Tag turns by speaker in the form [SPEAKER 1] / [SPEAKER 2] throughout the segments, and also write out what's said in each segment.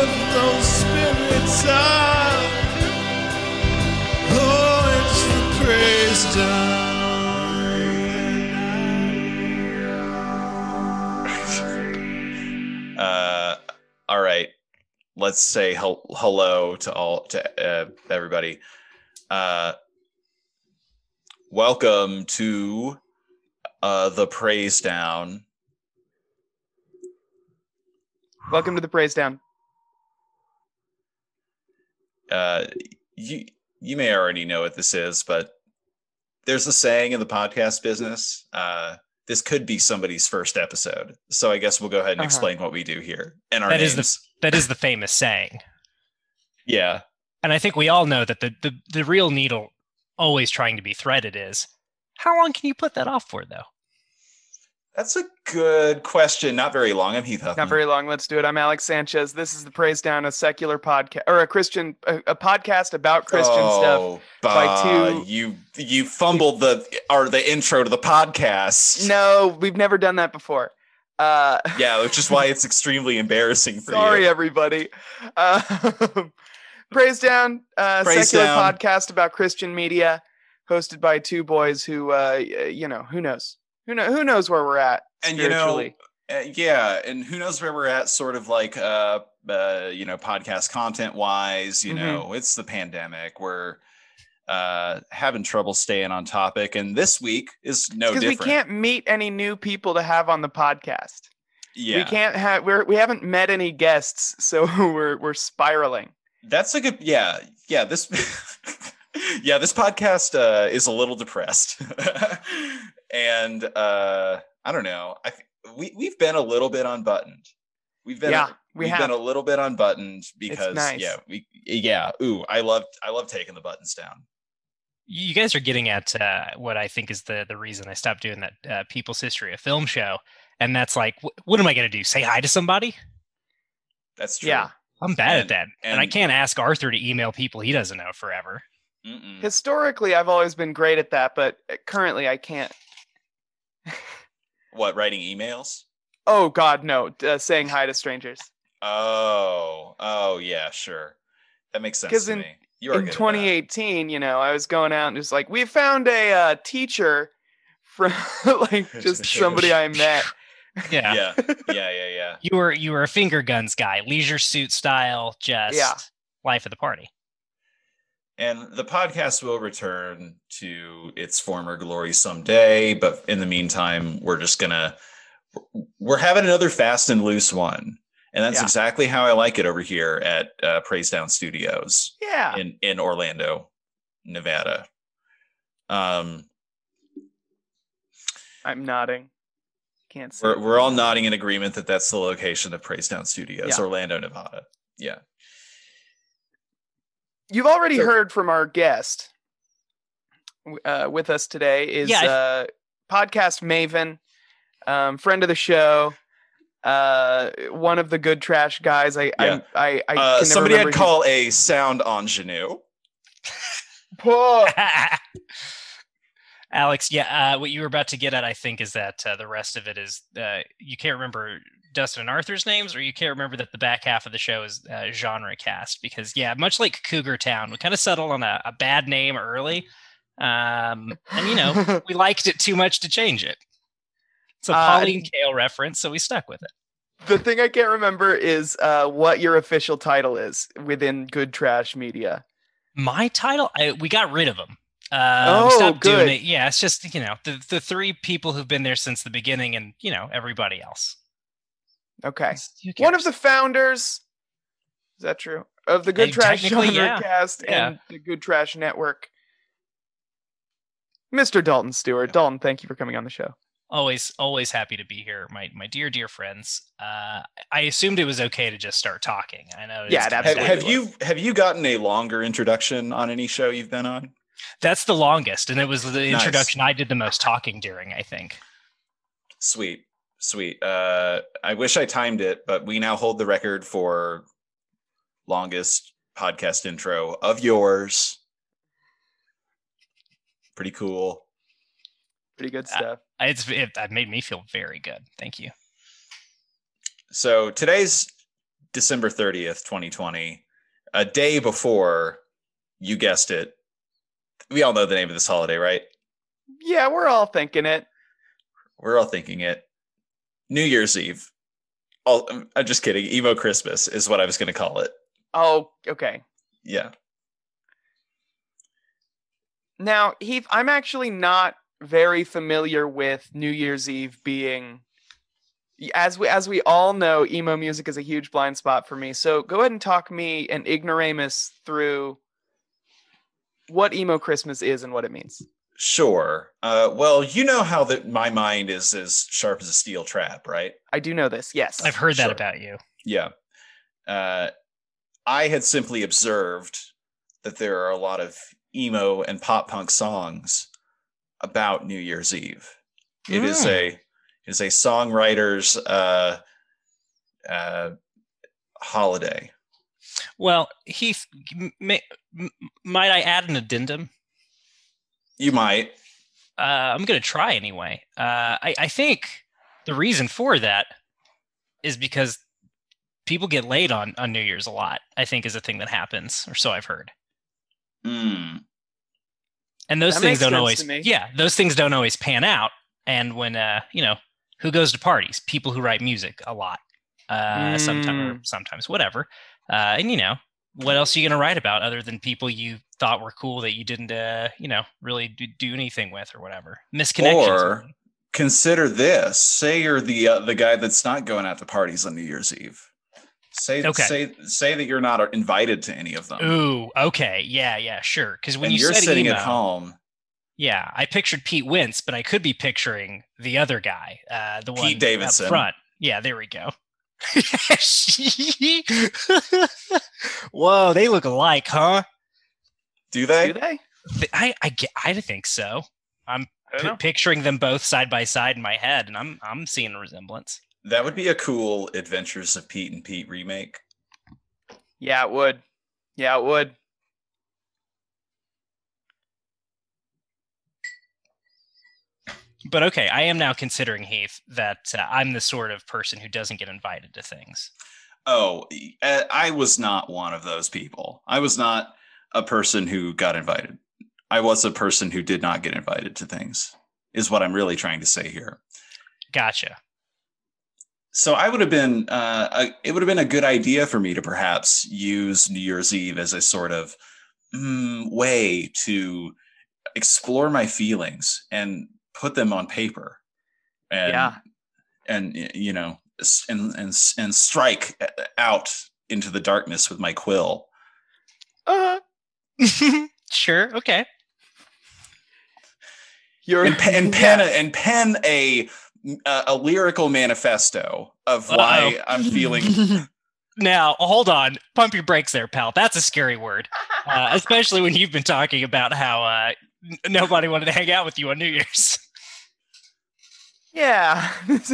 [SPEAKER 1] Oh,
[SPEAKER 2] Uh, all right, let's say hel- hello to all to uh, everybody. Uh, welcome to uh, the praise down.
[SPEAKER 3] Welcome to the praise down.
[SPEAKER 2] Uh, you you may already know what this is, but there's a saying in the podcast business. Uh, this could be somebody's first episode, so I guess we'll go ahead and
[SPEAKER 3] Uh-huh.
[SPEAKER 2] explain what we do here and our
[SPEAKER 4] That
[SPEAKER 2] names.
[SPEAKER 4] is the- That is the famous saying.
[SPEAKER 2] yeah,
[SPEAKER 4] And I think we all know that the, the, the real needle always trying to be threaded is how long can you put that off for, though?
[SPEAKER 2] that's a good question. Not very long. I'm Heath Huffman.
[SPEAKER 3] Not very long. Let's do it. I'm Alex Sanchez. This is the praise down, a secular podcast or a Christian, a, a podcast about Christian
[SPEAKER 2] Oh.
[SPEAKER 3] stuff. by
[SPEAKER 2] bah,
[SPEAKER 3] two-
[SPEAKER 2] You you fumbled the or the intro to the podcast.
[SPEAKER 3] No, we've never done that before. Uh,
[SPEAKER 2] Yeah, which is why it's extremely embarrassing for
[SPEAKER 3] sorry,
[SPEAKER 2] you.
[SPEAKER 3] everybody. Uh, praise down, uh,
[SPEAKER 2] Praise
[SPEAKER 3] secular
[SPEAKER 2] down.
[SPEAKER 3] podcast about Christian media, hosted by two boys who, uh, y- you know, who knows, who know, who knows where we're at
[SPEAKER 2] And you know,
[SPEAKER 3] spiritually.
[SPEAKER 2] Uh, yeah, and who knows where we're at? Sort of like uh, uh you know, podcast content wise. You
[SPEAKER 3] Mhm.
[SPEAKER 2] know, it's the pandemic. We're uh having trouble staying on topic, and this week is no
[SPEAKER 3] because we
[SPEAKER 2] different.
[SPEAKER 3] can't meet any new people to have on the podcast.
[SPEAKER 2] yeah,
[SPEAKER 3] We can't have we're we haven't met any guests, so we're we're spiraling.
[SPEAKER 2] that's a good. Yeah, yeah. This. Yeah, this podcast uh, is a little depressed, and uh, I don't know. I th- we we've been a little bit unbuttoned. We've been
[SPEAKER 3] yeah, we
[SPEAKER 2] we've
[SPEAKER 3] have.
[SPEAKER 2] been a little bit unbuttoned because
[SPEAKER 3] nice.
[SPEAKER 2] yeah we yeah ooh i love i love taking the buttons down
[SPEAKER 4] You you guys are getting at uh, what I think is the, the reason I stopped doing that uh, People's History of Film show. And that's like, wh- what am I going to do? Say hi to somebody?
[SPEAKER 2] that's true
[SPEAKER 3] yeah.
[SPEAKER 4] I'm bad
[SPEAKER 2] And-
[SPEAKER 4] at that. and I
[SPEAKER 2] and-
[SPEAKER 4] can't ask Arthur to email people he doesn't know forever.
[SPEAKER 2] Mm-mm.
[SPEAKER 3] Historically, I've always been great at that, but currently I can't.
[SPEAKER 2] what writing emails
[SPEAKER 3] Oh God, no! Uh, saying hi to strangers
[SPEAKER 2] oh oh yeah sure that makes sense
[SPEAKER 3] 'Cause
[SPEAKER 2] to
[SPEAKER 3] in-
[SPEAKER 2] me you're
[SPEAKER 3] in 2018. You know, I was going out and just like we found a uh, teacher from like just somebody I met.
[SPEAKER 4] Yeah.
[SPEAKER 2] yeah yeah yeah yeah
[SPEAKER 4] You were you were a finger guns guy, leisure suit style, just
[SPEAKER 3] Yeah.
[SPEAKER 4] life of the party.
[SPEAKER 2] and the podcast will return to its former glory someday but in the meantime we're just gonna we're having another fast and loose one and that's
[SPEAKER 3] Yeah.
[SPEAKER 2] exactly how i like it over here at uh, praise down studios
[SPEAKER 3] Yeah,
[SPEAKER 2] in in Orlando, Nevada. Um,
[SPEAKER 3] I'm nodding. Can't see.
[SPEAKER 2] we're we're all nodding in agreement that that's the location of Praise Down Studios,
[SPEAKER 3] Yeah.
[SPEAKER 2] Orlando, Nevada. Yeah,
[SPEAKER 3] You've already
[SPEAKER 2] So-
[SPEAKER 3] heard from our guest w- uh, with us today is
[SPEAKER 4] Yeah, I-
[SPEAKER 3] uh, podcast maven, um, friend of the show, uh, one of the good trash guys. I
[SPEAKER 2] Yeah.
[SPEAKER 3] I, I, I can
[SPEAKER 2] uh,
[SPEAKER 3] never
[SPEAKER 2] somebody I'd
[SPEAKER 3] remember his-
[SPEAKER 2] call a sound ingenue.
[SPEAKER 3] Poor-
[SPEAKER 4] Alex, yeah, uh, what you were about to get at, I think, is that uh, the rest of it is uh, you can't remember Dustin and Arthur's names, or you can't remember that the back half of the show is uh, genre cast because, yeah, much like Cougar Town, we kind of settled on a, a bad name early, um, and you know we liked it too much to change it. It's a
[SPEAKER 3] Uh,
[SPEAKER 4] Pauline Kael reference, so we stuck with it.
[SPEAKER 3] the thing I can't remember is uh, what your official title is within good trash media.
[SPEAKER 4] My title, I, we got rid of them. Um,
[SPEAKER 3] Oh,
[SPEAKER 4] stopped
[SPEAKER 3] good.
[SPEAKER 4] doing it. Yeah, it's just you know the the three people who've been there since the beginning, and you know everybody else.
[SPEAKER 3] Okay,
[SPEAKER 4] It's- who
[SPEAKER 3] one of
[SPEAKER 4] cares?
[SPEAKER 3] the founders. Is that true? Of the Good
[SPEAKER 4] Uh,
[SPEAKER 3] Trash
[SPEAKER 4] technically,
[SPEAKER 3] Genre
[SPEAKER 4] yeah.
[SPEAKER 3] Cast
[SPEAKER 4] Yeah.
[SPEAKER 3] and the Good Trash Network. Mr. Dalton Stewart. Dalton, thank you for coming on the show.
[SPEAKER 4] always always happy to be here my my dear dear friends uh i assumed it was okay to just start talking i know it's
[SPEAKER 3] Yeah, it
[SPEAKER 4] kinda-
[SPEAKER 2] Have,
[SPEAKER 3] absolutely
[SPEAKER 2] have
[SPEAKER 3] was.
[SPEAKER 2] you have you gotten a longer introduction on any show you've been on?
[SPEAKER 4] that's the longest and it was the
[SPEAKER 2] Nice.
[SPEAKER 4] introduction i did the most talking during i think
[SPEAKER 2] Sweet, sweet. Uh, I wish I timed it, but we now hold the record for longest podcast intro of yours. Pretty cool.
[SPEAKER 3] Pretty good
[SPEAKER 4] Uh,
[SPEAKER 3] stuff.
[SPEAKER 4] it's it, that made me feel very good thank you
[SPEAKER 2] So today's December 30th, 2020, a day before you guessed it. We all know the name of this holiday, right?
[SPEAKER 3] yeah, we're all thinking it.
[SPEAKER 2] We're all thinking it. New Year's Eve. I'll, I'm- I'm just kidding. Emo Christmas is what I was going to call it.
[SPEAKER 3] Oh, okay.
[SPEAKER 2] Yeah.
[SPEAKER 3] Now, Heath, I'm actually not very familiar with New Year's Eve being as we as we all know, emo music is a huge blind spot for me. So go ahead and talk me and ignoramus through what emo Christmas is and what it means.
[SPEAKER 2] Sure. Uh, well, you know how that my mind is as sharp as a steel trap, right?
[SPEAKER 3] I do know this, yes.
[SPEAKER 4] I've heard that
[SPEAKER 2] Sure.
[SPEAKER 4] about you.
[SPEAKER 2] Yeah. Uh, I had simply observed that there are a lot of emo and pop punk songs about New Year's Eve. It is
[SPEAKER 4] Mm.
[SPEAKER 2] a it is a songwriter's uh, uh, holiday.
[SPEAKER 4] Well, Heath, m- may, m- might I add an addendum?
[SPEAKER 2] You might.
[SPEAKER 4] Uh, I'm going to try anyway. Uh, I, I think the reason for that is because people get laid on, on New Year's a lot, I think is a thing that happens, or so I've heard.
[SPEAKER 2] Mm.
[SPEAKER 4] And those
[SPEAKER 3] That makes
[SPEAKER 4] things don't
[SPEAKER 3] sense
[SPEAKER 4] always,
[SPEAKER 3] to me.
[SPEAKER 4] yeah, those things don't always pan out. And when, uh, you know, who goes to parties? People who write music a lot, uh, sometimes,
[SPEAKER 3] Mm.
[SPEAKER 4] sometimes, whatever. Uh, and you know, what else are you going to write about other than people you thought were cool that you didn't, uh, you know, really do, do anything with or whatever? Misconnections.
[SPEAKER 2] Or- Consider this: say you're the uh, the guy that's not going out to parties on New Year's Eve. Say
[SPEAKER 4] Okay.
[SPEAKER 2] say say that you're not invited to any of them,
[SPEAKER 4] Ooh, okay, yeah, yeah, sure. Because when
[SPEAKER 2] Um, and
[SPEAKER 4] you
[SPEAKER 2] you're
[SPEAKER 4] said
[SPEAKER 2] sitting
[SPEAKER 4] emo,
[SPEAKER 2] at home.
[SPEAKER 4] yeah, I pictured Pete Wentz, but I could be picturing the other guy, uh, the one
[SPEAKER 2] Davidson.
[SPEAKER 4] up front. Yeah, there we go. Whoa, they look alike, huh?
[SPEAKER 2] Do they?
[SPEAKER 3] do they?
[SPEAKER 4] Th- I I ge- I think so. I'm
[SPEAKER 3] I don't
[SPEAKER 4] pi-
[SPEAKER 3] know.
[SPEAKER 4] picturing them both side by side in my head, and I'm I'm seeing a resemblance.
[SPEAKER 2] That would be a cool Adventures of Pete and Pete remake.
[SPEAKER 3] Yeah, it would. Yeah, it would.
[SPEAKER 4] But okay, I am now considering Heath that uh, I'm the sort of person who doesn't get invited to things.
[SPEAKER 2] Oh, I I was not one of those people. I was not a person who got invited. I was a person who did not get invited to things, is what I'm really trying to say here.
[SPEAKER 4] Gotcha.
[SPEAKER 2] So I would have been, uh, a- it would have been a good idea for me to perhaps use New Year's Eve as a sort of mm, way to explore my feelings and put them on paper. And,
[SPEAKER 3] Yeah.
[SPEAKER 2] And y- you know, s- and and s- and strike uh, out into the darkness with my quill.
[SPEAKER 3] Uh
[SPEAKER 4] sure. Okay.
[SPEAKER 3] you're
[SPEAKER 2] and, pe- and pen
[SPEAKER 3] Yeah.
[SPEAKER 2] a, and pen a a, a lyrical manifesto of why I'm feeling.
[SPEAKER 4] now, hold on. Pump your brakes there, pal. That's a scary word, uh, especially when you've been talking about how uh, n- nobody wanted to hang out with you on New Year's.
[SPEAKER 3] Yeah.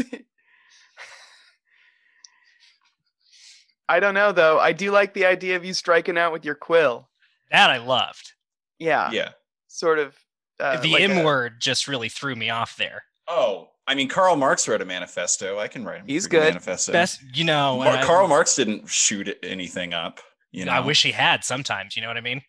[SPEAKER 3] I don't know though. I do like the idea of you striking out with your quill.
[SPEAKER 4] That I loved.
[SPEAKER 3] Yeah.
[SPEAKER 2] Yeah.
[SPEAKER 3] Sort of uh,
[SPEAKER 4] the
[SPEAKER 3] like
[SPEAKER 4] M
[SPEAKER 3] a-
[SPEAKER 4] word just really threw me off there.
[SPEAKER 2] Oh, I mean, Karl Marx wrote a manifesto. I can write. a
[SPEAKER 3] He's
[SPEAKER 2] freaking
[SPEAKER 3] good.
[SPEAKER 2] Manifesto.
[SPEAKER 4] That's you know.
[SPEAKER 2] Mar-
[SPEAKER 4] and I,
[SPEAKER 2] Karl Marx didn't shoot anything up. You know,
[SPEAKER 4] I wish he had. Sometimes, you know what I mean.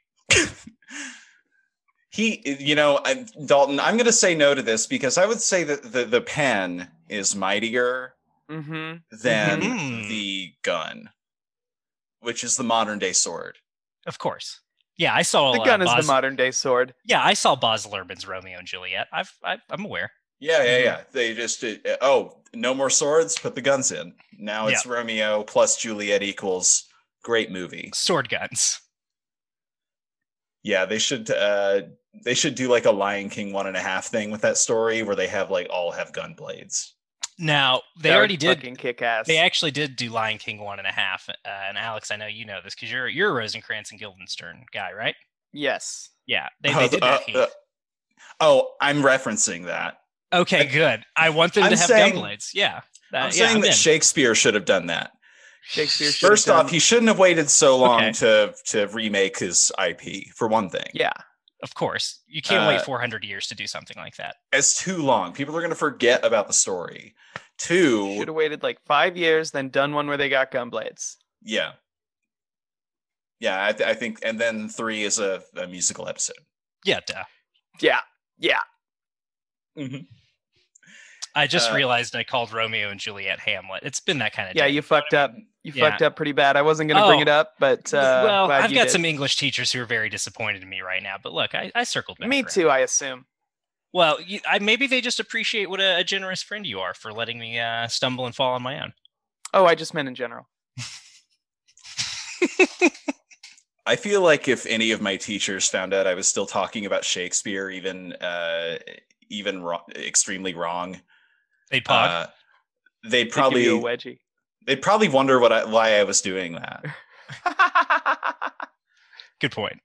[SPEAKER 2] he. You know, I, Dalton. I'm going to say no to this because I would say that the the pen is mightier
[SPEAKER 3] Mhm.
[SPEAKER 2] than
[SPEAKER 4] Mhm.
[SPEAKER 2] the gun, which is the modern day sword.
[SPEAKER 4] Of course. Yeah, I saw.
[SPEAKER 3] The
[SPEAKER 4] uh,
[SPEAKER 3] gun is
[SPEAKER 4] Baz-
[SPEAKER 3] the modern day sword.
[SPEAKER 4] Yeah, I saw Boz Luhrmann's Romeo and Juliet. I've, I, I'm aware.
[SPEAKER 2] Yeah, yeah,
[SPEAKER 4] Mm-hmm.
[SPEAKER 3] Mhm.
[SPEAKER 2] yeah. They just uh, oh, no more swords. Put the guns in. Now it's Romeo plus Juliet equals great movie.
[SPEAKER 4] Sword guns.
[SPEAKER 2] Yeah, they should uh they should do like a Lion King one and a half thing with that story where they have like all have gun blades.
[SPEAKER 4] Now they
[SPEAKER 3] That would
[SPEAKER 4] already did
[SPEAKER 3] fucking kick ass.
[SPEAKER 4] They actually did do Lion King one and a half. Uh, and Alex, I know you know this because you're you're a Rosencrantz and Guildenstern guy, right?
[SPEAKER 3] yes.
[SPEAKER 4] Yeah, they,
[SPEAKER 2] Oh,
[SPEAKER 4] they did
[SPEAKER 2] uh,
[SPEAKER 4] that. Heath.
[SPEAKER 2] uh, oh, I'm referencing that.
[SPEAKER 4] okay, good. I want them
[SPEAKER 2] I'm
[SPEAKER 4] to have
[SPEAKER 2] saying-
[SPEAKER 4] gun blades. Yeah,
[SPEAKER 2] I'm
[SPEAKER 4] Uh, yeah,
[SPEAKER 2] saying
[SPEAKER 4] I'm
[SPEAKER 2] that
[SPEAKER 4] in.
[SPEAKER 2] Shakespeare should have done that.
[SPEAKER 3] Shakespeare should have
[SPEAKER 2] First off,
[SPEAKER 3] done-
[SPEAKER 2] he shouldn't have waited so long
[SPEAKER 4] Okay.
[SPEAKER 2] to to remake his IP for one thing.
[SPEAKER 3] Yeah.
[SPEAKER 4] of course, you can't wait
[SPEAKER 2] Uh,
[SPEAKER 4] 400 years to do something like that.
[SPEAKER 2] It's too long. People are going to forget about the story. Two,
[SPEAKER 3] Should have waited like 5 years then done one where they got gun blades.
[SPEAKER 2] Yeah. Yeah, I, th- I think, and then three is a, a musical episode.
[SPEAKER 4] Yeah, duh.
[SPEAKER 3] Yeah. Yeah.
[SPEAKER 4] I just
[SPEAKER 2] Uh,
[SPEAKER 4] realized I called Romeo and Juliet Hamlet. It's been that kind of
[SPEAKER 3] Yeah,
[SPEAKER 4] day.
[SPEAKER 3] you fucked up. You
[SPEAKER 4] Yeah.
[SPEAKER 3] fucked up pretty bad. I wasn't gonna bring
[SPEAKER 4] Oh.
[SPEAKER 3] it up, but uh,
[SPEAKER 4] well,
[SPEAKER 3] glad
[SPEAKER 4] I've
[SPEAKER 3] you
[SPEAKER 4] got
[SPEAKER 3] did.
[SPEAKER 4] some English teachers who are very disappointed in me right now. But look, I, I circled back.
[SPEAKER 3] Me
[SPEAKER 4] around.
[SPEAKER 3] too. I assume.
[SPEAKER 4] Well, you, I, maybe they just appreciate what a, a generous friend you are for letting me uh, stumble and fall on my own.
[SPEAKER 3] Oh, I just meant in general.
[SPEAKER 2] I feel like if any of my teachers found out I was still talking about Shakespeare, even uh, even wrong, extremely wrong,
[SPEAKER 4] They'd pod.
[SPEAKER 2] uh, they'd
[SPEAKER 3] They give you
[SPEAKER 2] probably
[SPEAKER 3] a wedgie.
[SPEAKER 2] they'd probably wonder what I, why I was doing that.
[SPEAKER 4] Good point.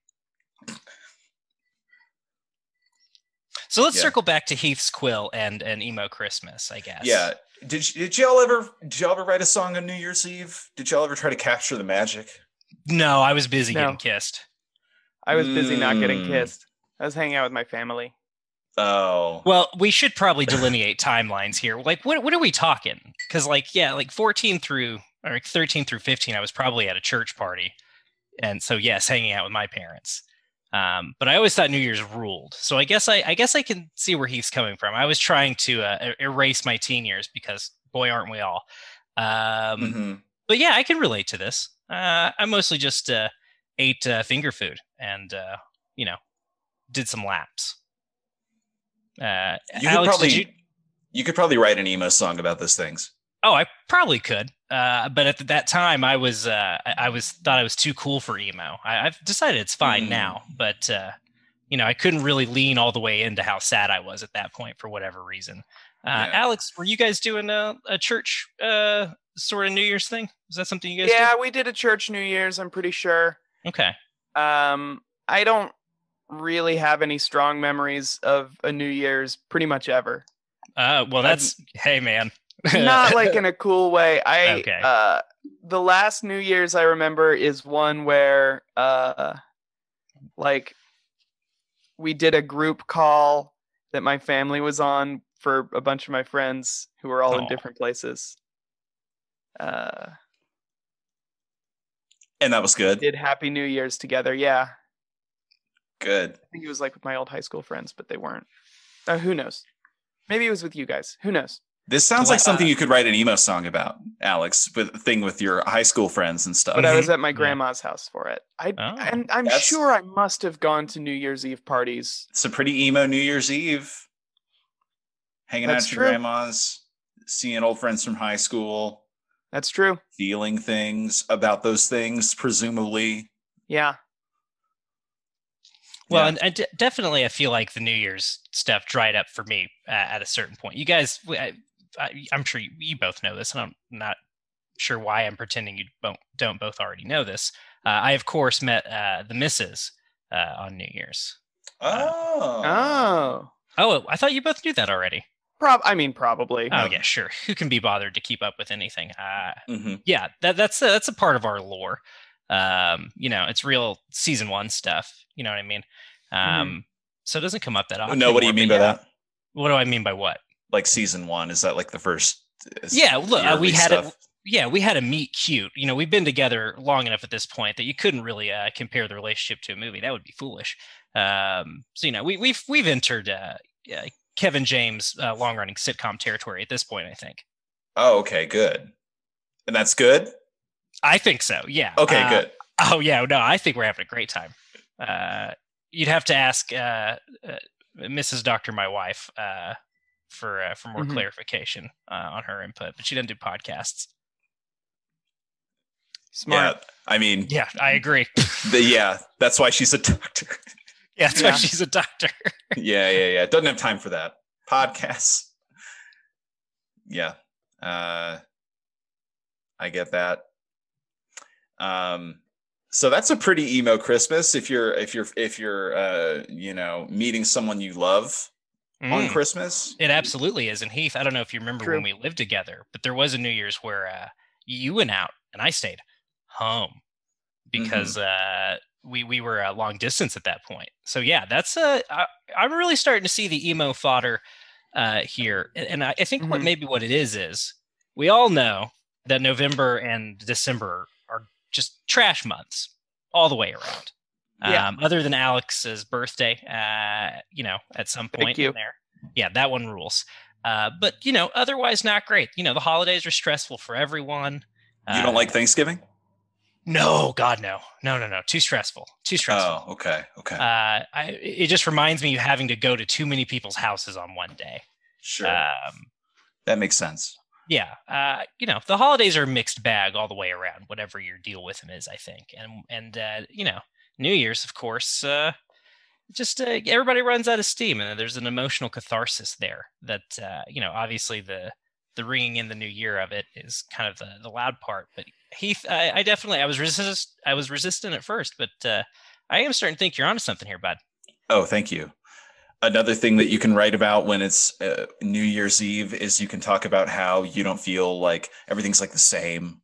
[SPEAKER 4] So let's
[SPEAKER 2] Yeah.
[SPEAKER 4] circle back to Heath's quill and and emo Christmas, I guess.
[SPEAKER 2] Yeah. Did, y- did y'all ever did y'all ever write a song on New Year's Eve? Did y'all ever try to capture the magic?
[SPEAKER 4] No, I was busy
[SPEAKER 3] No.
[SPEAKER 4] getting kissed.
[SPEAKER 3] I was busy not getting
[SPEAKER 2] Mm.
[SPEAKER 3] kissed. I was hanging out with my family.
[SPEAKER 2] Oh,
[SPEAKER 4] Well, we should probably delineate timelines here. Like, what what are we talking? Because like, yeah, like fourteen through or like thirteen through fifteen, I was probably at a church party, and so yes, hanging out with my parents. Um, but I always thought New Year's ruled. So I guess I, I guess I can see where Heath's coming from. I was trying to uh, e- erase my teen years because boy, aren't we all? Um,
[SPEAKER 2] Mhm.
[SPEAKER 4] but yeah, I can relate to this. Uh, I mostly just uh, ate uh, finger food and uh, you know did some laps. Uh,
[SPEAKER 2] you could
[SPEAKER 4] Alex,
[SPEAKER 2] probably
[SPEAKER 4] did you-
[SPEAKER 2] you... could probably write an emo song about those things.
[SPEAKER 4] oh, I probably could. Uh, but at that time, I was uh, I- I was thought I was too cool for emo. I, I've decided it's fine
[SPEAKER 2] Mm.
[SPEAKER 4] now, but uh, you know I couldn't really lean all the way into how sad I was at that point for whatever reason. Uh,
[SPEAKER 2] Yeah.
[SPEAKER 4] Alex, were you guys doing a, a church uh, sort of New Year's thing? Is that something you guys?
[SPEAKER 3] Yeah, we did a church New Year's. I'm pretty sure.
[SPEAKER 4] Did? Okay.
[SPEAKER 3] Um, I don't really have any strong memories of a New Year's pretty much ever.
[SPEAKER 4] Uh, well, that's hey, man.
[SPEAKER 3] Not like in a cool way. I
[SPEAKER 4] Okay.
[SPEAKER 3] uh the last New Year's I remember is one where uh like we did a group call that my family was on for a bunch of my friends who were all in
[SPEAKER 4] Aw.
[SPEAKER 3] different places. Uh
[SPEAKER 2] And that was good.
[SPEAKER 3] did happy New Year's together. Yeah.
[SPEAKER 2] Good.
[SPEAKER 3] I think it was like with my old high school friends, but they weren't. Uh, who knows? Maybe it was with you guys. Who knows?
[SPEAKER 2] This sounds like
[SPEAKER 4] Well,
[SPEAKER 2] something
[SPEAKER 4] uh,
[SPEAKER 2] you could write an emo song about, Alex, with thing with your high school friends and stuff.
[SPEAKER 3] But I was at my
[SPEAKER 4] Mm-hmm. Yeah.
[SPEAKER 3] grandma's house for it. I
[SPEAKER 4] Oh,
[SPEAKER 3] and I'm
[SPEAKER 2] that's-
[SPEAKER 3] sure I must have gone to New Year's Eve parties.
[SPEAKER 2] it's a pretty emo New Year's Eve. Hanging
[SPEAKER 3] That's
[SPEAKER 2] out at
[SPEAKER 3] true.
[SPEAKER 2] your grandma's, seeing old friends from high school,
[SPEAKER 3] That's true.
[SPEAKER 2] feeling things about those things, presumably.
[SPEAKER 3] Yeah.
[SPEAKER 4] Well,
[SPEAKER 2] Yeah.
[SPEAKER 4] and, and de- definitely, I feel like the New Year's stuff dried up for me uh, at a certain point. You guys, w- I, I, am sure you, you both know this, and I'm not sure why I'm pretending you don't, don't both already know this. Uh, I, of course, met uh, the missus uh, on New Year's.
[SPEAKER 2] Oh.
[SPEAKER 3] Oh.
[SPEAKER 4] Oh, I thought you both knew that already.
[SPEAKER 3] Prob I mean probably.
[SPEAKER 4] Oh,
[SPEAKER 2] No.
[SPEAKER 4] yeah, sure. Who can be bothered to keep up with anything? Uh,
[SPEAKER 2] Mhm.
[SPEAKER 4] yeah, that, that's a, that's a part of our lore. Um, you know, it's real season one stuff. You know what I mean? Um, So it doesn't come up that often.
[SPEAKER 2] No, what do you
[SPEAKER 4] anymore,
[SPEAKER 2] mean
[SPEAKER 4] but
[SPEAKER 2] by
[SPEAKER 4] yeah.
[SPEAKER 2] that?
[SPEAKER 4] What do I mean by what?
[SPEAKER 2] Like season one, is that like the first? uh,
[SPEAKER 4] Yeah, look, uh, we
[SPEAKER 2] yearly
[SPEAKER 4] had
[SPEAKER 2] stuff?
[SPEAKER 4] it. Yeah, we had a meet cute. You know, we've been together long enough at this point that you couldn't really uh, compare the relationship to a movie. That would be foolish. Um, so you know, we, we've we've entered uh, uh, Kevin James' uh, long running sitcom territory at this point. I think.
[SPEAKER 2] Oh, okay, good. And that's good.
[SPEAKER 4] I think so. Yeah.
[SPEAKER 2] Okay,
[SPEAKER 4] Uh,
[SPEAKER 2] good.
[SPEAKER 4] Oh yeah, no, I think we're having a great time. Uh, you'd have to ask uh, uh, Mrs. Doctor, my wife, uh, for uh, for more
[SPEAKER 3] Mhm.
[SPEAKER 4] clarification uh, on her input, but she doesn't do podcasts.
[SPEAKER 3] Smart.
[SPEAKER 2] Yeah, I mean,
[SPEAKER 4] Yeah, I agree.
[SPEAKER 2] the, yeah, that's why she's a doctor.
[SPEAKER 4] Yeah, that's
[SPEAKER 3] Yeah.
[SPEAKER 4] why she's a doctor.
[SPEAKER 2] yeah, yeah, yeah. Doesn't have time for that. Podcasts. Yeah. Uh I get that. Um so that's a pretty emo Christmas if you're if you're if you're uh you know meeting someone you love on
[SPEAKER 4] Mm.
[SPEAKER 2] Christmas.
[SPEAKER 4] It absolutely is. And Heath, I don't know if you remember when we lived together, but there was a New Year's where uh, you went out and I stayed home because uh, we we were uh, long distance at that point. So yeah, that's uh, I, I'm really starting to see the emo fodder uh, here, and, and I, I think what
[SPEAKER 3] Mhm.
[SPEAKER 4] maybe what it is is we all know that November and December are just trash months all the way around.
[SPEAKER 3] Yeah.
[SPEAKER 4] Um, other than Alex's birthday, uh, you know, at some
[SPEAKER 3] Thank
[SPEAKER 4] point
[SPEAKER 3] you.
[SPEAKER 4] in there. Yeah, that one rules. Uh, but you know, otherwise not great. You know, the holidays are stressful for everyone.
[SPEAKER 2] You don't
[SPEAKER 4] Uh,
[SPEAKER 2] like Thanksgiving?
[SPEAKER 4] No, God, no, no, no, no. Too stressful. Too stressful.
[SPEAKER 2] Oh, okay, okay,
[SPEAKER 4] Uh, I, it just reminds me of having to go to too many people's houses on one day.
[SPEAKER 2] sure.
[SPEAKER 4] Um,
[SPEAKER 2] that makes sense.
[SPEAKER 4] yeah, uh, you know, the holidays are a mixed bag all the way around. Whatever your deal with them is, I think, and and uh, you know, New Year's, of course, uh, just uh, everybody runs out of steam, and there's an emotional catharsis there. That uh, you know, obviously the the ringing in the new year of it is kind of the, the loud part. But Heath, I, I definitely I was resist I was resistant at first, but uh, I am starting to think you're onto something here, bud.
[SPEAKER 2] Oh, thank you. Another thing that you can write about when it's uh, New Year's Eve is you can talk about how you don't feel like everything's like the same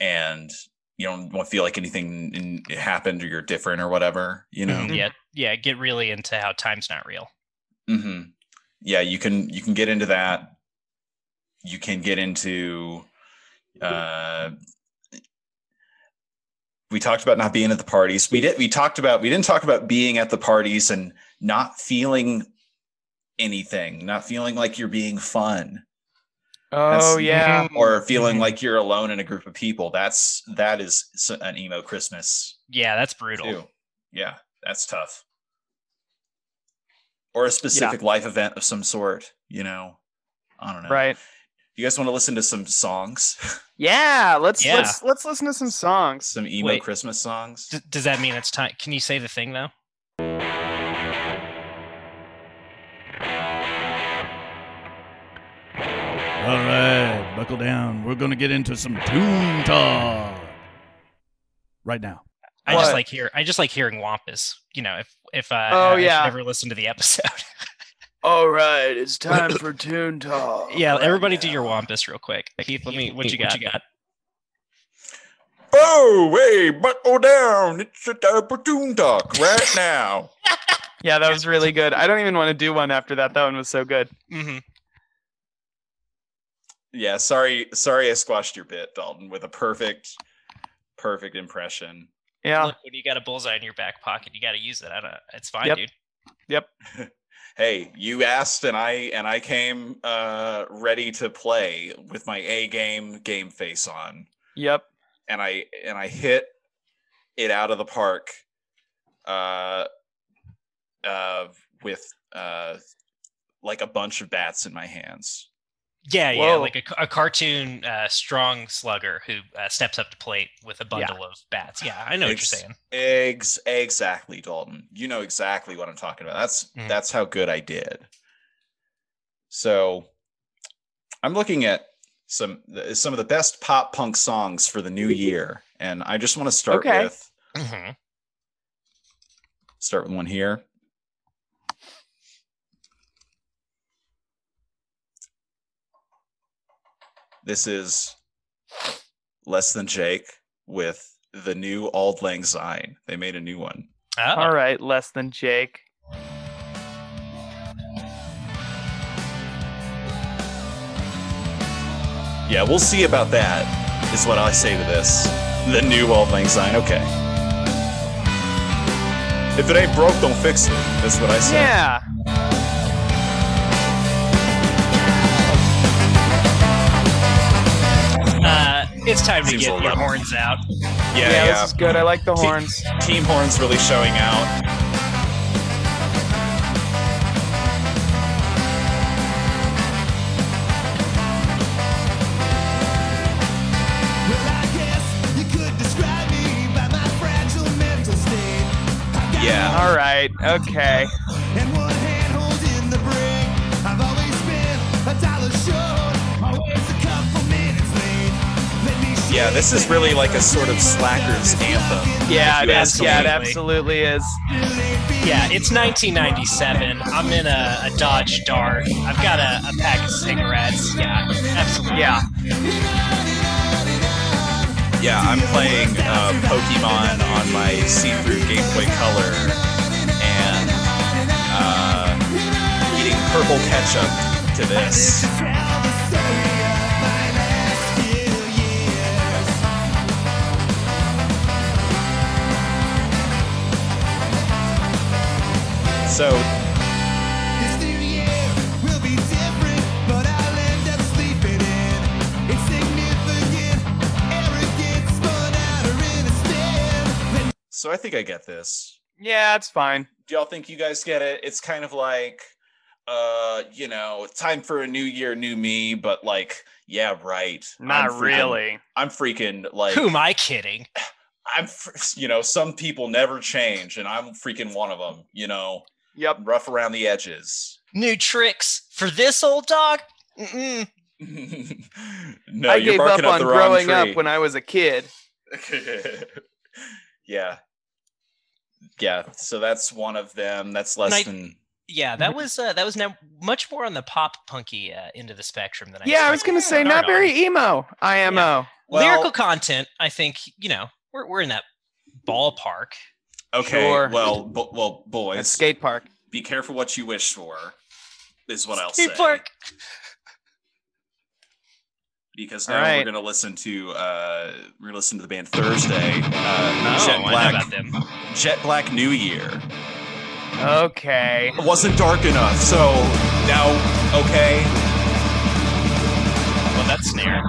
[SPEAKER 2] and you don't want to feel like anything n- happened or you're different or whatever, you know?
[SPEAKER 3] Mhm.
[SPEAKER 4] Yeah, yeah, get really into how time's not real.
[SPEAKER 2] hmm Yeah, you can you can get into that. You can get into. Uh, we talked about not being at the parties. We did. We talked about we didn't talk about being at the parties and not feeling anything, not feeling like you're being fun
[SPEAKER 3] Oh yeah. Mm-hmm.
[SPEAKER 2] or feeling
[SPEAKER 4] Mhm.
[SPEAKER 2] like you're alone in a group of people. That's that is s- an emo Christmas
[SPEAKER 4] Yeah, that's brutal.
[SPEAKER 2] too. Yeah, that's tough. Or a specific life event of some sort. You know, I don't know.
[SPEAKER 3] Right.
[SPEAKER 2] You guys want to listen to some songs,
[SPEAKER 3] Yeah. Let's
[SPEAKER 4] Yeah.
[SPEAKER 3] let's let's listen to some songs.
[SPEAKER 2] some emo
[SPEAKER 4] Wait.
[SPEAKER 2] Christmas songs?
[SPEAKER 4] D- does that mean it's time? Can you say the thing though?
[SPEAKER 1] All right, buckle down. We're going to get into some tune talk right now.
[SPEAKER 4] I just
[SPEAKER 3] What?
[SPEAKER 4] like hear. I just like hearing Wampus. You know, if if uh,
[SPEAKER 3] Oh,
[SPEAKER 4] I should
[SPEAKER 3] yeah.
[SPEAKER 4] ever listen to the episode.
[SPEAKER 3] All right, it's time for Toon Talk.
[SPEAKER 4] yeah, everybody do your Wampus real quick. Keith, let me. What you got?
[SPEAKER 2] Oh, hey, buckle down! It's a opportune talk right now.
[SPEAKER 3] Yeah, that was really good. I don't even want to do one after that. That one was so good.
[SPEAKER 4] Mm-hmm.
[SPEAKER 2] yeah, sorry, sorry, I squashed your bit, Dalton, with a perfect, perfect impression.
[SPEAKER 3] Yeah.
[SPEAKER 4] Look, when you got a bullseye in your back pocket, you got to use it. I don't. It's fine,
[SPEAKER 3] Yep.
[SPEAKER 4] dude.
[SPEAKER 2] hey you asked and i and i came uh ready to play with my a game game face on
[SPEAKER 3] Yep.
[SPEAKER 2] and i and i hit it out of the park uh uh with uh like a bunch of bats in my hands
[SPEAKER 4] Yeah, yeah,
[SPEAKER 3] Whoa.
[SPEAKER 4] like a, ca- a cartoon uh, strong slugger who uh, steps up to plate with a bundle of bats. Yeah, I know what you're
[SPEAKER 2] Ex-
[SPEAKER 4] saying.
[SPEAKER 2] Eggs, exactly dalton you know exactly what i'm talking about that's
[SPEAKER 4] Mhm.
[SPEAKER 2] that's how good i did so i'm looking at some the- some of the best pop punk songs for the new year and i just want to start
[SPEAKER 3] Okay.
[SPEAKER 2] with
[SPEAKER 4] Mhm.
[SPEAKER 2] start with one here this is less than jake with the new auld lang syne they made a new one
[SPEAKER 4] Oh,
[SPEAKER 3] All right, less than Jake.
[SPEAKER 2] Yeah, we'll see about that, is what I say to this. The new Auld Lang Syne, okay. If it ain't broke, don't fix it. That's what I say.
[SPEAKER 3] Yeah.
[SPEAKER 4] uh, it's time to
[SPEAKER 2] Seems a
[SPEAKER 4] get your
[SPEAKER 2] little-
[SPEAKER 4] horns out.
[SPEAKER 2] Yeah,
[SPEAKER 3] Yeah,
[SPEAKER 2] yeah.
[SPEAKER 3] this is good. I like the
[SPEAKER 2] Keep-
[SPEAKER 3] horns.
[SPEAKER 2] Team Horn's really showing out. Yeah.
[SPEAKER 3] All right. Okay.
[SPEAKER 2] Yeah, this is really like a sort of slackers anthem.
[SPEAKER 3] Yeah,
[SPEAKER 2] If
[SPEAKER 3] it
[SPEAKER 2] you
[SPEAKER 3] is.
[SPEAKER 2] ask
[SPEAKER 3] Yeah, it
[SPEAKER 4] me.
[SPEAKER 3] absolutely is.
[SPEAKER 4] Yeah, it's 1997. I'm in a, a Dodge Dart. I've got a, a pack of cigarettes. Yeah, absolutely.
[SPEAKER 3] Yeah.
[SPEAKER 2] Yeah, I'm playing uh, Pokemon on my see-through Game Boy Color and uh, eating purple ketchup to this. So So I think I get this.
[SPEAKER 3] Yeah, it's fine.
[SPEAKER 2] Do y'all think you guys get it? It's kind of like, uh, you know, time for a new year, new me, but like, yeah, right.
[SPEAKER 3] Not
[SPEAKER 2] I'm freaking-
[SPEAKER 3] really.
[SPEAKER 2] I'm freaking like,
[SPEAKER 4] Who am I kidding?
[SPEAKER 2] I'm, fr- you know, some people never change, and I'm freaking one of them. You know,
[SPEAKER 3] Yep.
[SPEAKER 2] rough around the edges.
[SPEAKER 4] New tricks for this old dog? Mm-mm.
[SPEAKER 2] no,
[SPEAKER 3] I
[SPEAKER 2] you're
[SPEAKER 3] gave
[SPEAKER 2] barking up,
[SPEAKER 3] up on
[SPEAKER 2] the wrong
[SPEAKER 3] growing
[SPEAKER 2] tree.
[SPEAKER 3] up when I was a kid.
[SPEAKER 2] yeah. Yeah. So that's one of them. That's less
[SPEAKER 4] Night-
[SPEAKER 2] than
[SPEAKER 4] Yeah, that was uh, that was now much more on the pop punky uh, end of the spectrum than I.
[SPEAKER 3] Yeah, I was
[SPEAKER 4] expected
[SPEAKER 3] gonna
[SPEAKER 4] to
[SPEAKER 3] say
[SPEAKER 4] start
[SPEAKER 3] not
[SPEAKER 4] on.
[SPEAKER 3] very emo. IMO.
[SPEAKER 2] well,
[SPEAKER 4] lyrical content. I think you know we're we're in that ballpark.
[SPEAKER 2] Okay.
[SPEAKER 3] Sure.
[SPEAKER 2] Well, bo- well,
[SPEAKER 3] At
[SPEAKER 2] boys,
[SPEAKER 3] skate park.
[SPEAKER 2] be careful what you wish for. Is what I'll say.
[SPEAKER 4] Park.
[SPEAKER 2] Because
[SPEAKER 3] All
[SPEAKER 2] now
[SPEAKER 3] right.
[SPEAKER 2] we're gonna listen to uh, we're listening to the band Thursday. Uh,
[SPEAKER 4] Oh,
[SPEAKER 2] Jet
[SPEAKER 4] I
[SPEAKER 2] Black.
[SPEAKER 4] know about them.
[SPEAKER 2] Jet Black New Year.
[SPEAKER 3] Okay.
[SPEAKER 2] It wasn't dark enough, so now okay.
[SPEAKER 4] Well, that's snare.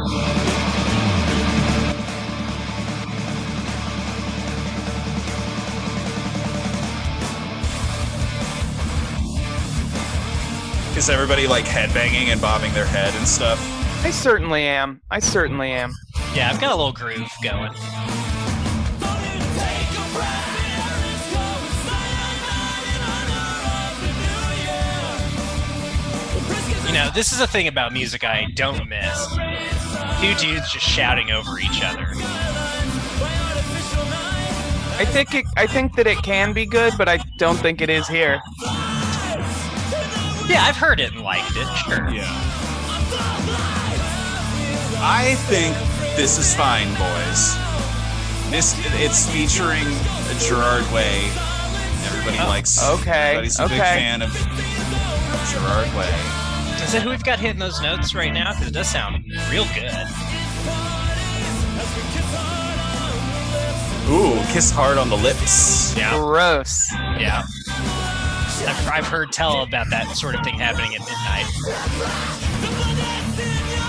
[SPEAKER 2] Is everybody like headbanging and bobbing their head and stuff?
[SPEAKER 3] I certainly am. I certainly am.
[SPEAKER 4] Yeah, I've got a little groove going. You know, this is a thing about music I don't miss. Two dudes just shouting over each other.
[SPEAKER 3] I think it, I think that it can be good, but I don't think it is here.
[SPEAKER 4] Yeah, I've heard it and liked it, sure.
[SPEAKER 2] Yeah. I think this is fine, boys. This it's featuring Gerard Way. Everybody likes.
[SPEAKER 3] Oh, okay,
[SPEAKER 2] Everybody's a big
[SPEAKER 3] okay.
[SPEAKER 2] fan of Gerard Way.
[SPEAKER 4] Is that who we've got hitting those notes right now? Because it does sound real good.
[SPEAKER 2] Ooh, kiss hard on the lips.
[SPEAKER 4] Yeah,
[SPEAKER 3] Gross.
[SPEAKER 4] yeah. I've, I've heard tell about that sort of thing happening at midnight.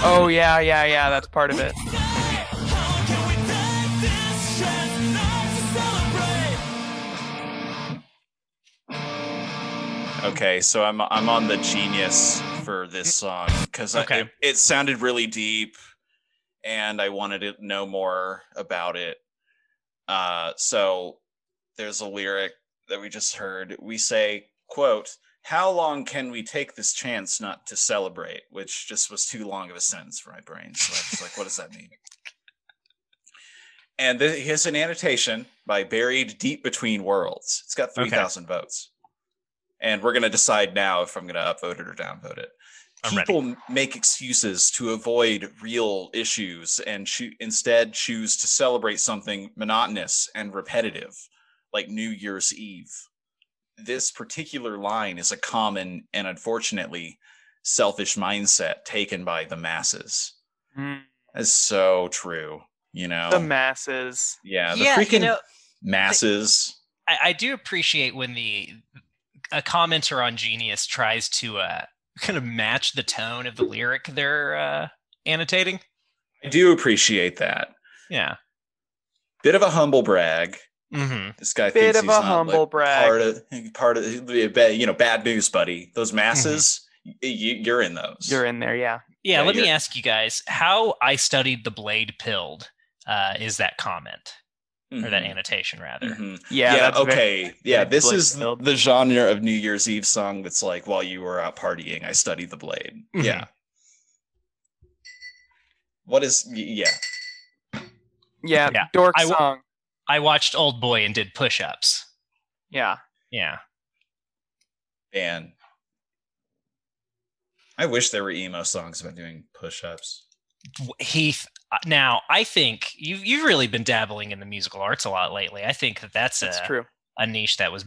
[SPEAKER 3] Oh yeah, yeah, yeah. That's part of it.
[SPEAKER 2] Okay, so I'm I'm on the genius for this song because
[SPEAKER 4] Okay.
[SPEAKER 2] it, it sounded really deep, and I wanted to know more about it. Uh, so there's a lyric that we just heard. We say, "quote How long can we take this chance not to celebrate?" Which just was too long of a sentence for my brain. So I was like, "What does that mean?" And th- here's an annotation by Buried Deep Between Worlds. It's got
[SPEAKER 4] Okay.
[SPEAKER 2] 3,000 votes and we're going to decide now if I'm going to upvote it or downvote it.
[SPEAKER 4] I'm ready.
[SPEAKER 2] People make excuses to avoid real issues and choo- instead choose to celebrate something monotonous and repetitive, like New Year's Eve. This particular line is a common and unfortunately selfish mindset taken by the masses.
[SPEAKER 3] Mm,
[SPEAKER 2] That's so true, you know.
[SPEAKER 3] The masses.
[SPEAKER 2] yeah, the
[SPEAKER 4] yeah,
[SPEAKER 2] freaking
[SPEAKER 4] you know,
[SPEAKER 2] masses.
[SPEAKER 4] I, I do appreciate when the a commenter on Genius tries to uh, kind of match the tone of the lyric they're uh, annotating.
[SPEAKER 2] I do appreciate that.
[SPEAKER 4] Yeah.
[SPEAKER 2] Bit of a humble brag.
[SPEAKER 4] Mm-hmm.
[SPEAKER 2] This guy
[SPEAKER 3] Bit
[SPEAKER 2] thinks
[SPEAKER 3] of
[SPEAKER 2] he's
[SPEAKER 3] a
[SPEAKER 2] not,
[SPEAKER 3] humble
[SPEAKER 2] like,
[SPEAKER 3] brag.
[SPEAKER 2] Part of part of you know bad news, buddy. Those masses, y- you, you're in those.
[SPEAKER 3] You're in there, yeah.
[SPEAKER 4] Yeah.
[SPEAKER 2] Yeah,
[SPEAKER 4] let me
[SPEAKER 2] you're-
[SPEAKER 4] ask you guys how I studied the blade pilled. Uh, is that comment
[SPEAKER 2] Mhm.
[SPEAKER 4] or that
[SPEAKER 3] Mm-hmm.
[SPEAKER 4] annotation rather?
[SPEAKER 2] Mhm.
[SPEAKER 3] Yeah.
[SPEAKER 2] Yeah.
[SPEAKER 3] that's very-
[SPEAKER 2] okay. yeah.
[SPEAKER 3] very
[SPEAKER 2] This
[SPEAKER 3] Blade
[SPEAKER 2] is the,
[SPEAKER 3] build.
[SPEAKER 2] the genre of New Year's Eve song that's like while you were out partying, I studied the blade.
[SPEAKER 4] Mhm.
[SPEAKER 2] Yeah. What is y- yeah?
[SPEAKER 3] yeah.
[SPEAKER 4] Yeah.
[SPEAKER 3] Dork
[SPEAKER 4] I w-
[SPEAKER 3] song.
[SPEAKER 4] I watched Old Boy and did push ups.
[SPEAKER 3] yeah.
[SPEAKER 4] Yeah.
[SPEAKER 2] Man, I wish there were emo songs about doing push-ups.
[SPEAKER 4] W- Heath. uh, Now, I think you've you've really been dabbling in the musical arts a lot lately. I think that that's,
[SPEAKER 3] That's
[SPEAKER 4] a,
[SPEAKER 3] true.
[SPEAKER 4] a niche that was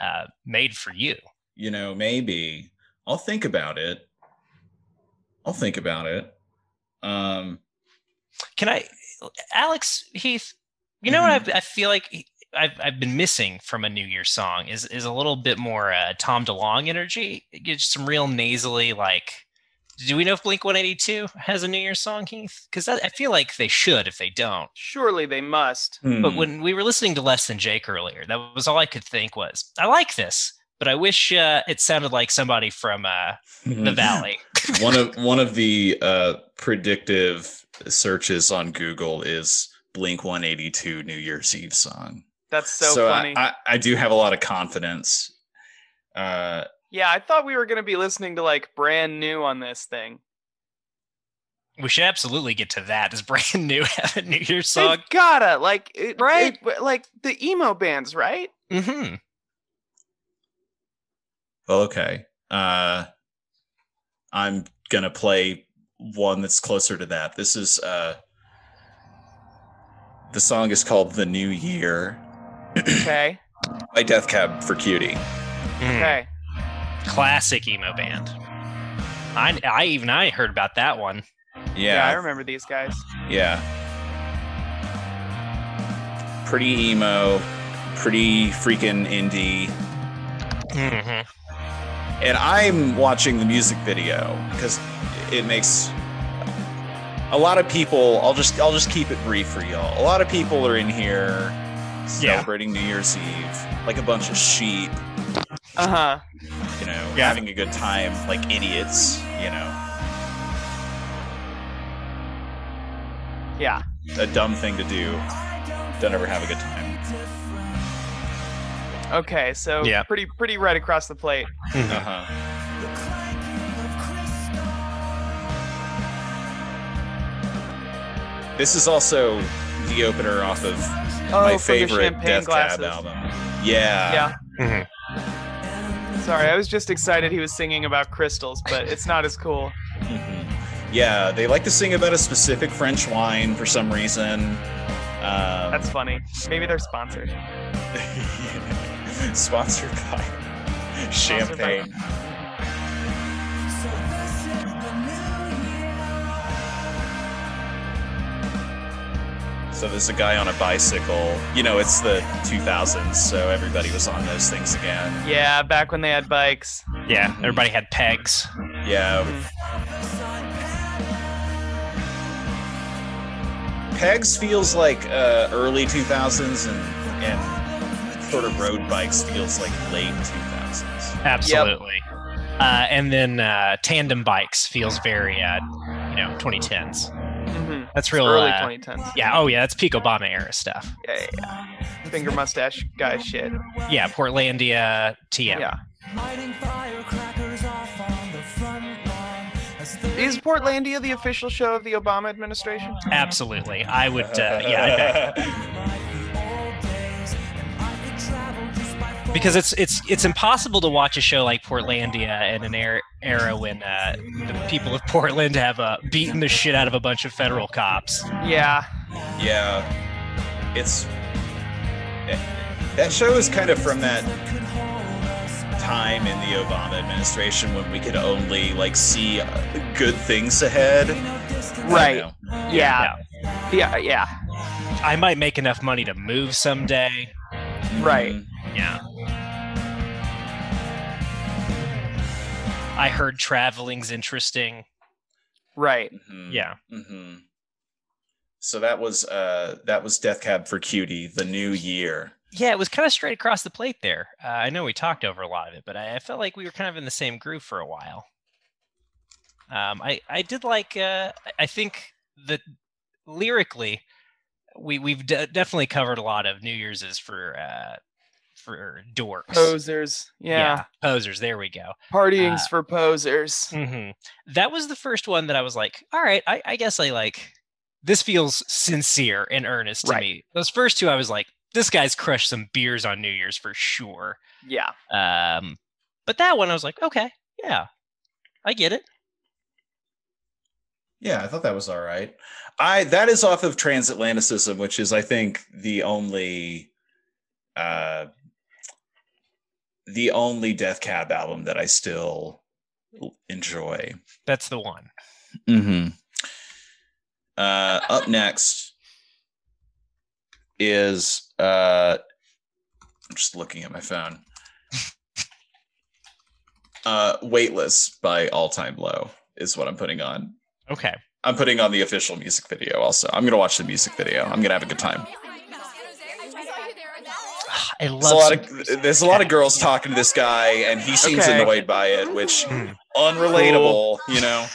[SPEAKER 4] uh, made for you.
[SPEAKER 2] you know, maybe I'll think about it. I'll think about it. Um,
[SPEAKER 4] Can I, Alex Heath? You know what I, I feel like I've, I've been missing from a New Year song is is a little bit more uh, Tom DeLonge energy. It's some real nasally like Do we know if Blink 182 has a New Year's song, Keith? Because I feel like they should if they don't.
[SPEAKER 3] Surely they must.
[SPEAKER 2] Mm-hmm.
[SPEAKER 4] But when we were listening to Less Than Jake earlier, that was all I could think was, I like this, but I wish uh, it sounded like somebody from uh, the
[SPEAKER 2] Mm-hmm.
[SPEAKER 4] Valley.
[SPEAKER 2] hmm. one of one of the uh, predictive searches on Google is Blink 182 New Year's Eve song.
[SPEAKER 3] That's so,
[SPEAKER 2] I-
[SPEAKER 3] funny.
[SPEAKER 2] uh, I, I, do have a lot of confidence. Uh,
[SPEAKER 3] yeah, I thought we were gonna be listening to like brand new on this thing.
[SPEAKER 4] We should absolutely get to that. Is brand new have a New Year's
[SPEAKER 3] So
[SPEAKER 4] song?
[SPEAKER 3] gotta like it,
[SPEAKER 4] Right?
[SPEAKER 3] it- like the emo bands, right?
[SPEAKER 4] Mm-hmm.
[SPEAKER 2] well, okay. Uh, I'm gonna play one that's closer to that. This is uh, the song is called "The New Year"
[SPEAKER 3] Okay.
[SPEAKER 2] by Death Cab for Cutie.
[SPEAKER 4] Mm-hmm.
[SPEAKER 3] Okay.
[SPEAKER 4] Classic emo band. I, I even I heard about that one.
[SPEAKER 3] Yeah, I
[SPEAKER 2] Yeah,
[SPEAKER 3] remember these guys.
[SPEAKER 2] yeah. Pretty emo, pretty freaking indie.
[SPEAKER 4] Mm-hmm.
[SPEAKER 2] and I'm watching the music video because it makes a lot of people. I'll just I'll just keep it brief for y'all. A lot of people are in here celebrating New Year's Eve like a bunch of sheep,
[SPEAKER 3] Uh huh.
[SPEAKER 2] you know,
[SPEAKER 4] Yeah.
[SPEAKER 2] having a good time like idiots, you know.
[SPEAKER 3] Yeah.
[SPEAKER 2] A dumb thing to do. Don't ever have a good time.
[SPEAKER 3] Okay. So
[SPEAKER 4] Yeah.
[SPEAKER 3] pretty pretty right across the plate.
[SPEAKER 2] Uh huh. This is also the opener off of
[SPEAKER 3] Oh,
[SPEAKER 2] my
[SPEAKER 3] from the
[SPEAKER 2] favorite
[SPEAKER 3] champagne
[SPEAKER 2] Death
[SPEAKER 3] glasses.
[SPEAKER 2] Cab album. Yeah.
[SPEAKER 3] Yeah. Sorry, I was just excited he was singing about crystals, but it's not as cool.
[SPEAKER 2] Mhm. Yeah, they like to sing about a specific French wine for some reason. Um,
[SPEAKER 3] That's funny. Maybe they're sponsored.
[SPEAKER 2] sponsored by
[SPEAKER 3] Sponsored by-
[SPEAKER 2] champagne. So there's a guy on a bicycle. You know, it's the 2000s, so everybody was on those things again.
[SPEAKER 3] Yeah, back when they had bikes.
[SPEAKER 4] Yeah, everybody had pegs.
[SPEAKER 2] Yeah. Pegs feels like uh, early 2000s, and and sort of road bikes feels like late 2000s.
[SPEAKER 4] Absolutely. Uh, and then uh, tandem bikes feels very, uh, you know, 2010s.
[SPEAKER 3] hmm
[SPEAKER 4] That's real.
[SPEAKER 3] Early
[SPEAKER 4] uh,
[SPEAKER 3] 2010s.
[SPEAKER 4] yeah. Oh, yeah. That's peak Obama era stuff.
[SPEAKER 3] Yeah, yeah, yeah. Finger mustache guy shit.
[SPEAKER 4] Yeah. Portlandia TM.
[SPEAKER 3] Yeah.
[SPEAKER 5] Lighting firecrackers off on the front lawn as the
[SPEAKER 3] Is Portlandia the official show of the Obama administration?
[SPEAKER 4] Absolutely. I would. Uh, yeah. I bet. Because it's it's it's impossible to watch a show like Portlandia in an era, era when uh, the people of Portland have uh, beaten the shit out of a bunch of federal cops.
[SPEAKER 3] Yeah.
[SPEAKER 2] yeah, it's that show is kind of from that time in the Obama administration when we could only like see uh, good things ahead.
[SPEAKER 3] Right.
[SPEAKER 2] You know.
[SPEAKER 3] Yeah. Yeah. Yeah.
[SPEAKER 4] I might make enough money to move someday.
[SPEAKER 3] Right.
[SPEAKER 2] Mhm.
[SPEAKER 4] Yeah. I heard traveling's interesting.
[SPEAKER 3] Right.
[SPEAKER 2] Mhm.
[SPEAKER 4] Yeah.
[SPEAKER 2] Mm-hmm. So that was uh that was Death Cab for Cutie, the new year.
[SPEAKER 4] Yeah, it was kind of straight across the plate there. Uh, I know we talked over a lot of it, but I, I felt like we were kind of in the same groove for a while. Um, I I did like. Uh, I- I think that lyrically, we we've de- definitely covered a lot of New Year's is for uh, for dorks.
[SPEAKER 3] Posers. Yeah. mm.
[SPEAKER 4] posers. There we go.
[SPEAKER 3] Partying's
[SPEAKER 4] Uh,
[SPEAKER 3] for posers.
[SPEAKER 4] hmm That was the first one that I was like, all right, I, I guess I like this feels sincere and earnest to
[SPEAKER 3] Right.
[SPEAKER 4] me. Those first two, I was like, this guy's crushed some beers on New Year's for sure.
[SPEAKER 3] Yeah.
[SPEAKER 4] Um, but that one, I was like, okay, yeah, I get it.
[SPEAKER 2] Yeah, I thought that was all right. I that is off of Transatlanticism, which is I think the only uh the only Death Cab album that I still enjoy.
[SPEAKER 4] That's the one.
[SPEAKER 2] Mm-hmm. Uh, up next is uh, I'm just looking at my phone. Uh, Weightless by All Time Low. is what I'm putting on.
[SPEAKER 4] Okay.
[SPEAKER 2] I'm putting on the official music video also. I'm gonna watch the music video. I'm gonna have a good time.
[SPEAKER 4] I love
[SPEAKER 2] There's a lot
[SPEAKER 4] some-
[SPEAKER 2] of there's a lot of girls talking to this guy, and he seems
[SPEAKER 3] Okay.
[SPEAKER 2] annoyed by it, which
[SPEAKER 3] Hmm.
[SPEAKER 2] unrelatable, you know.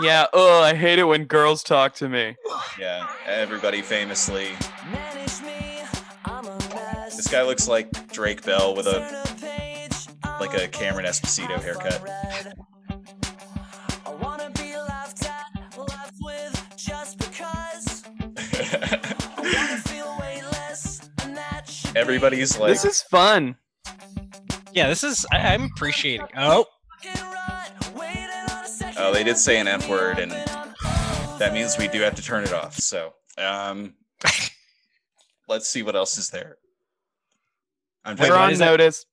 [SPEAKER 3] Yeah. Oh, I hate it when girls talk to me.
[SPEAKER 2] yeah, everybody famously.
[SPEAKER 5] Manage me, I'm a mess.
[SPEAKER 2] This guy looks like Drake Bell with a
[SPEAKER 5] Turn a page, I'm
[SPEAKER 2] like a Cameron Esposito haircut.
[SPEAKER 5] red. I wanna be laughed at, laughed with, just because. I wanna feel weightless, and that should be
[SPEAKER 2] Everybody's like,
[SPEAKER 3] this is fun.
[SPEAKER 4] Yeah, this is. I, I'm appreciating. Oh,
[SPEAKER 5] fucking right. Waiting on a second
[SPEAKER 2] oh, they did say an
[SPEAKER 5] to
[SPEAKER 2] F
[SPEAKER 5] be
[SPEAKER 2] word,
[SPEAKER 5] up
[SPEAKER 2] and
[SPEAKER 5] I'm
[SPEAKER 2] that means we do have to turn it off. So, um, let's see what else is there. I'm
[SPEAKER 3] We're
[SPEAKER 2] trying-
[SPEAKER 4] what
[SPEAKER 3] on
[SPEAKER 4] is that?
[SPEAKER 3] notice.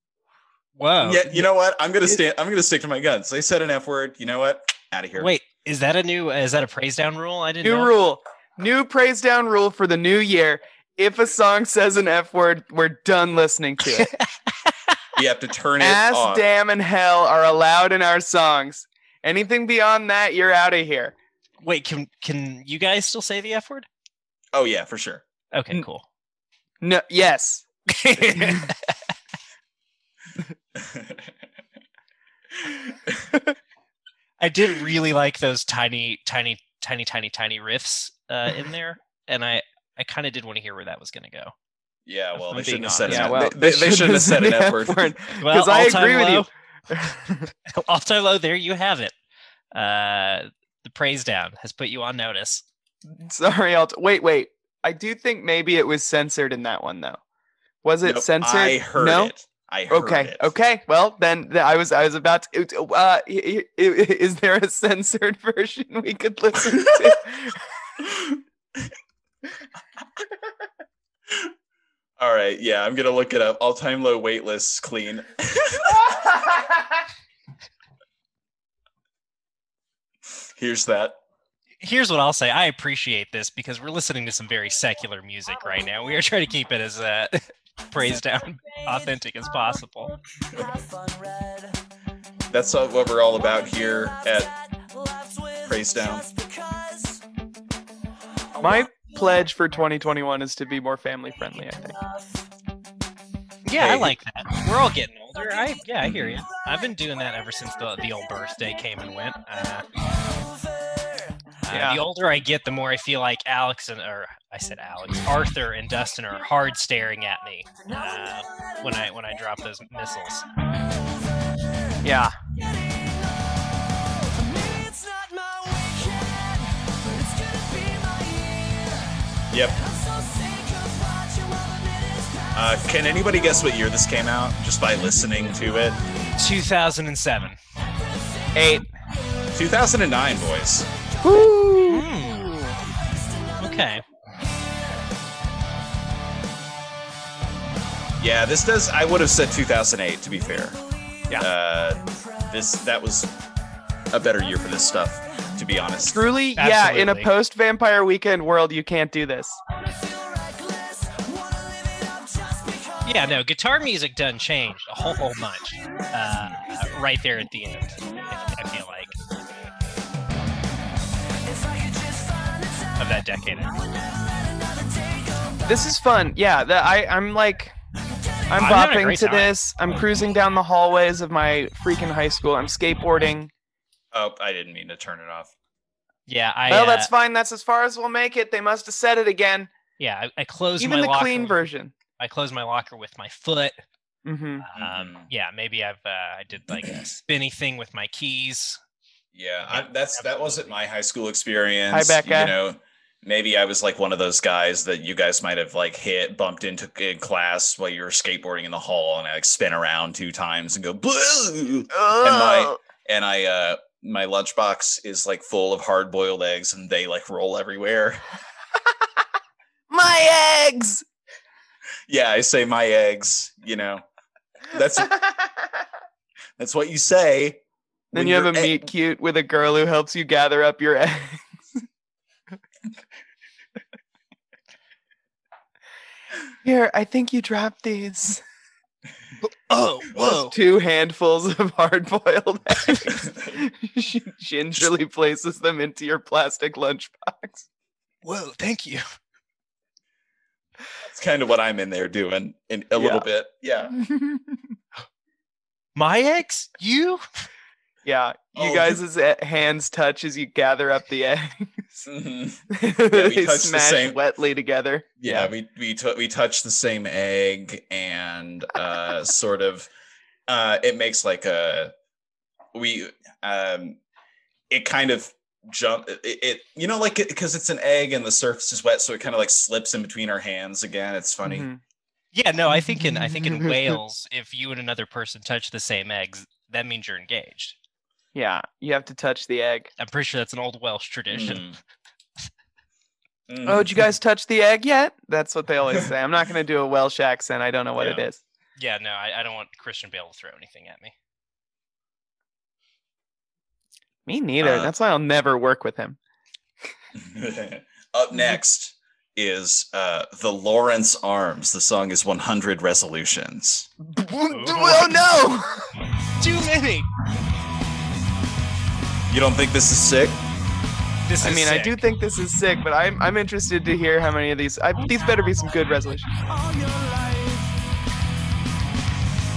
[SPEAKER 4] whoa.
[SPEAKER 2] yeah, you know what? I'm gonna stand. I'm gonna stick to my guns. They said an F word. You know what? Out of here.
[SPEAKER 4] Wait, is that a new? Is that a praise down rule? I didn't.
[SPEAKER 3] New
[SPEAKER 4] know.
[SPEAKER 3] rule. New praise down rule for the new year. If a song says an F word, we're done listening to it.
[SPEAKER 2] You have to turn it
[SPEAKER 3] Ass,
[SPEAKER 2] off.
[SPEAKER 3] damn, and hell are allowed in our songs. Anything beyond that, you're out of here.
[SPEAKER 4] Wait, can can you guys still say the F word?
[SPEAKER 2] Oh yeah, for sure.
[SPEAKER 4] Okay,
[SPEAKER 3] N-
[SPEAKER 4] cool.
[SPEAKER 3] No, yes.
[SPEAKER 4] I did really like those tiny, tiny, tiny, tiny, tiny riffs uh, in there, and I I kind of did want to hear where that was going to go.
[SPEAKER 2] yeah, well,
[SPEAKER 4] I'm
[SPEAKER 2] they shouldn't
[SPEAKER 4] being
[SPEAKER 2] have said
[SPEAKER 4] honest.
[SPEAKER 2] an
[SPEAKER 3] Yeah,
[SPEAKER 2] F-
[SPEAKER 3] well,
[SPEAKER 2] they, they, they shouldn't have said an
[SPEAKER 3] the
[SPEAKER 2] F word.
[SPEAKER 4] Well,
[SPEAKER 3] 'Cause I
[SPEAKER 4] all-time
[SPEAKER 3] agree with you.
[SPEAKER 4] low- all time low. There you have it. Uh, the praise down has put you on notice.
[SPEAKER 3] Sorry, I'll t- wait, wait. I do think maybe it was censored in that one though. Was it
[SPEAKER 2] Nope,
[SPEAKER 3] censored?
[SPEAKER 2] I heard
[SPEAKER 3] no?
[SPEAKER 2] it. I heard
[SPEAKER 3] Okay.
[SPEAKER 2] it.
[SPEAKER 3] Okay. Well, then th- I was I was about to. it- Uh, i- i- i- is there a censored version we could listen to?
[SPEAKER 2] All right. Yeah, I'm gonna look it up. All time low waitlist clean. Here's that.
[SPEAKER 4] Here's what I'll say. I appreciate this because we're listening to some very secular music right now. We are trying to keep it as uh, praise down authentic as possible.
[SPEAKER 5] Have fun, red.
[SPEAKER 2] That's uh, what we're all about here at Praise
[SPEAKER 5] Praise
[SPEAKER 2] Down.
[SPEAKER 5] Down.
[SPEAKER 3] My pledge for 2021 is to be more family friendly. I think.
[SPEAKER 4] Yeah, I
[SPEAKER 2] Hey.
[SPEAKER 4] like that. We're all getting older. I yeah, I hear you. I've been doing that ever since the the old birthday came and went. Uh, Uh,
[SPEAKER 3] Yeah.
[SPEAKER 4] The older I get, the more I feel like Alex and or I said Alex, Arthur and Dustin are hard staring at me uh, when I when I drop those missiles.
[SPEAKER 3] Yeah.
[SPEAKER 2] Yep. Uh, can anybody guess what year this came out just by listening to it?
[SPEAKER 4] 2007.
[SPEAKER 3] Eight.
[SPEAKER 2] 2009, boys.
[SPEAKER 4] Okay.
[SPEAKER 2] Yeah, this does. I would have said 2008 to be fair. Yeah. Uh, this that was a better year for this stuff, to be honest.
[SPEAKER 3] Truly, yeah. In a
[SPEAKER 4] Absolutely.
[SPEAKER 3] post Vampire Weekend world, you can't do this.
[SPEAKER 4] Yeah, no, guitar music done changed a whole whole bunch uh, right there at the end. I, I feel like of that decade. I mean.
[SPEAKER 3] This is fun. Yeah. The, I I'm like. I'm
[SPEAKER 4] I'm having a
[SPEAKER 3] bopping
[SPEAKER 4] great
[SPEAKER 3] to
[SPEAKER 4] time.
[SPEAKER 3] this. I'm cruising down the hallways of my freaking high school. I'm skateboarding.
[SPEAKER 2] Oh, I didn't mean to turn it off.
[SPEAKER 4] Yeah, I.
[SPEAKER 3] well,
[SPEAKER 4] uh,
[SPEAKER 3] that's fine. That's as far as we'll make it. They must have said it again.
[SPEAKER 4] yeah. I, I closed
[SPEAKER 3] Even
[SPEAKER 4] my
[SPEAKER 3] the
[SPEAKER 4] locker.
[SPEAKER 3] clean version.
[SPEAKER 4] I closed my locker with my foot.
[SPEAKER 3] hmm
[SPEAKER 4] Um,
[SPEAKER 2] Mhm.
[SPEAKER 4] yeah, maybe I've uh, I did like a spinny thing with my keys.
[SPEAKER 2] Yeah, I, that's that wasn't my high school experience.
[SPEAKER 3] Hi, Becca.
[SPEAKER 2] You know, maybe I was like one of those guys that you guys might have like hit, bumped into in class while you were skateboarding in the hall, and I like spin around two times and go blue.
[SPEAKER 3] Oh,
[SPEAKER 2] And I, uh, my lunchbox is like full of hard boiled eggs, and they like roll everywhere.
[SPEAKER 3] my eggs.
[SPEAKER 2] yeah, I say my eggs. You know, that's that's what you say.
[SPEAKER 3] then
[SPEAKER 2] when
[SPEAKER 3] you have a
[SPEAKER 2] your egg-
[SPEAKER 3] meet cute with a girl who helps you gather up your eggs. Here, I think you dropped these.
[SPEAKER 4] Oh,
[SPEAKER 3] Those
[SPEAKER 4] whoa.
[SPEAKER 3] two handfuls of hard-boiled eggs. she gingerly places them into your plastic lunchbox.
[SPEAKER 4] Whoa, thank you.
[SPEAKER 2] It's kind of what I'm in there doing in a
[SPEAKER 3] Yeah.
[SPEAKER 2] little bit. Yeah.
[SPEAKER 4] My ex? You?
[SPEAKER 3] Yeah, you
[SPEAKER 2] Oh,
[SPEAKER 3] guys' e, hands touch as you gather up the eggs.
[SPEAKER 2] Mhm. we touch
[SPEAKER 3] they
[SPEAKER 2] the
[SPEAKER 3] smash
[SPEAKER 2] same-
[SPEAKER 3] wetly together.
[SPEAKER 2] Yeah, we we tou- we touch the same egg and uh sort of uh it makes like a we um it kind of jump it, it you know like because it's an egg and the surface is wet so it kind of like slips in between our hands again it's funny
[SPEAKER 3] Mhm.
[SPEAKER 4] Yeah, no, I think in I think in Wales, if you and another person touch the same eggs, that means you're engaged.
[SPEAKER 3] Yeah, you have to touch the egg.
[SPEAKER 4] I'm pretty sure that's an old Welsh tradition.
[SPEAKER 2] Mm. Mm.
[SPEAKER 3] Oh, did you guys touch the egg yet? That's what they always say. I'm not going to do a Welsh accent. I don't know what it
[SPEAKER 2] Yeah.
[SPEAKER 3] is.
[SPEAKER 4] Yeah, no, I, I don't want Christian Bale to throw anything at me.
[SPEAKER 3] Me neither.
[SPEAKER 2] Uh,
[SPEAKER 3] That's why I'll never work with him.
[SPEAKER 2] Up next is uh, the Lawrence Arms. The song is 100 Resolutions.
[SPEAKER 3] Oh no!
[SPEAKER 4] Too many.
[SPEAKER 2] You don't think this is sick?
[SPEAKER 4] This is
[SPEAKER 3] I mean, I do
[SPEAKER 4] sick.
[SPEAKER 3] think this is sick, but I'm I'm interested to hear how many of these. I, these better be some good resolutions.
[SPEAKER 5] all your life.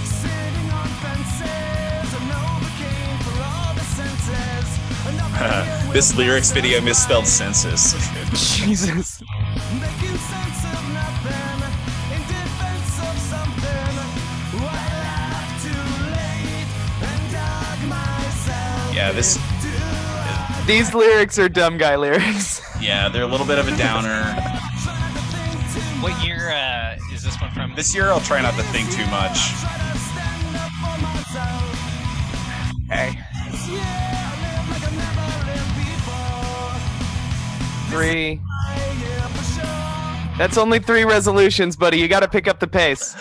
[SPEAKER 5] Sitting on fences, an overcame for all the senses. Another
[SPEAKER 2] this
[SPEAKER 5] year
[SPEAKER 2] lyrics
[SPEAKER 5] will
[SPEAKER 2] video
[SPEAKER 5] pass
[SPEAKER 2] misspelled
[SPEAKER 5] us
[SPEAKER 2] census.
[SPEAKER 3] Jesus.
[SPEAKER 5] by, Making sense of nothing, in defense of something. While I'm too late and dog myself.
[SPEAKER 2] yeah, this.
[SPEAKER 3] These lyrics are dumb guy lyrics.
[SPEAKER 2] Yeah, they're a little bit of a downer.
[SPEAKER 5] Try to think too
[SPEAKER 4] What year uh, is this one from?
[SPEAKER 2] This year, I'll try not to think too much.
[SPEAKER 5] Try to stand up for myself.
[SPEAKER 3] Okay.
[SPEAKER 5] Yeah, I live like I've never
[SPEAKER 3] Three.
[SPEAKER 5] lived before. Yeah, for sure.
[SPEAKER 3] That's only three resolutions, buddy. You got to pick up the pace.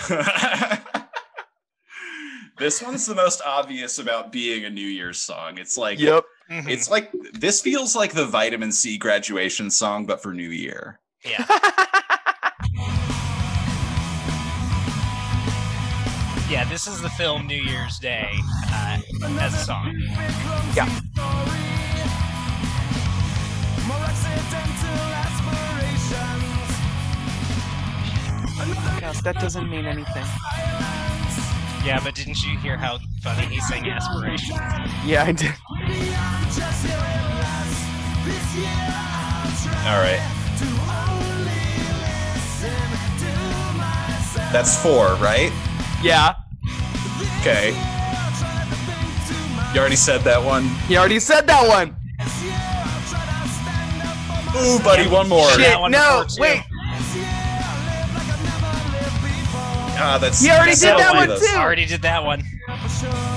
[SPEAKER 2] this one's the most obvious about being a New Year's song. It's like
[SPEAKER 3] Yep.
[SPEAKER 4] Mhm.
[SPEAKER 2] It's like this feels like the vitamin C graduation song, but for New Year.
[SPEAKER 4] yeah. Yeah, this is the film New Year's Day uh, as a song.
[SPEAKER 5] More accidental aspirations.
[SPEAKER 3] Gosh, that doesn't mean anything.
[SPEAKER 4] Yeah, but didn't you hear how funny he sang aspirations?
[SPEAKER 3] Yeah, I did.
[SPEAKER 5] Beyond just hearing less. This year I'll try
[SPEAKER 2] All right,
[SPEAKER 5] to only listen to myself.
[SPEAKER 2] that's four, right?
[SPEAKER 3] Yeah.
[SPEAKER 2] Okay,
[SPEAKER 5] I'll try to think too much.
[SPEAKER 2] you already said that one.
[SPEAKER 3] He already said that one.
[SPEAKER 5] This year I'll try to stand up for
[SPEAKER 2] Ooh,
[SPEAKER 5] myself.
[SPEAKER 2] buddy, one more.
[SPEAKER 4] Shit.
[SPEAKER 3] Shit,
[SPEAKER 4] that one
[SPEAKER 3] no,
[SPEAKER 4] before, too.
[SPEAKER 3] wait.
[SPEAKER 5] This year I live like I've never lived before.
[SPEAKER 2] Ah, that's
[SPEAKER 3] He already
[SPEAKER 2] that's
[SPEAKER 3] did
[SPEAKER 2] not
[SPEAKER 3] that
[SPEAKER 2] one of
[SPEAKER 3] one,
[SPEAKER 2] those.
[SPEAKER 3] too.
[SPEAKER 4] Already did that one.
[SPEAKER 5] For sure.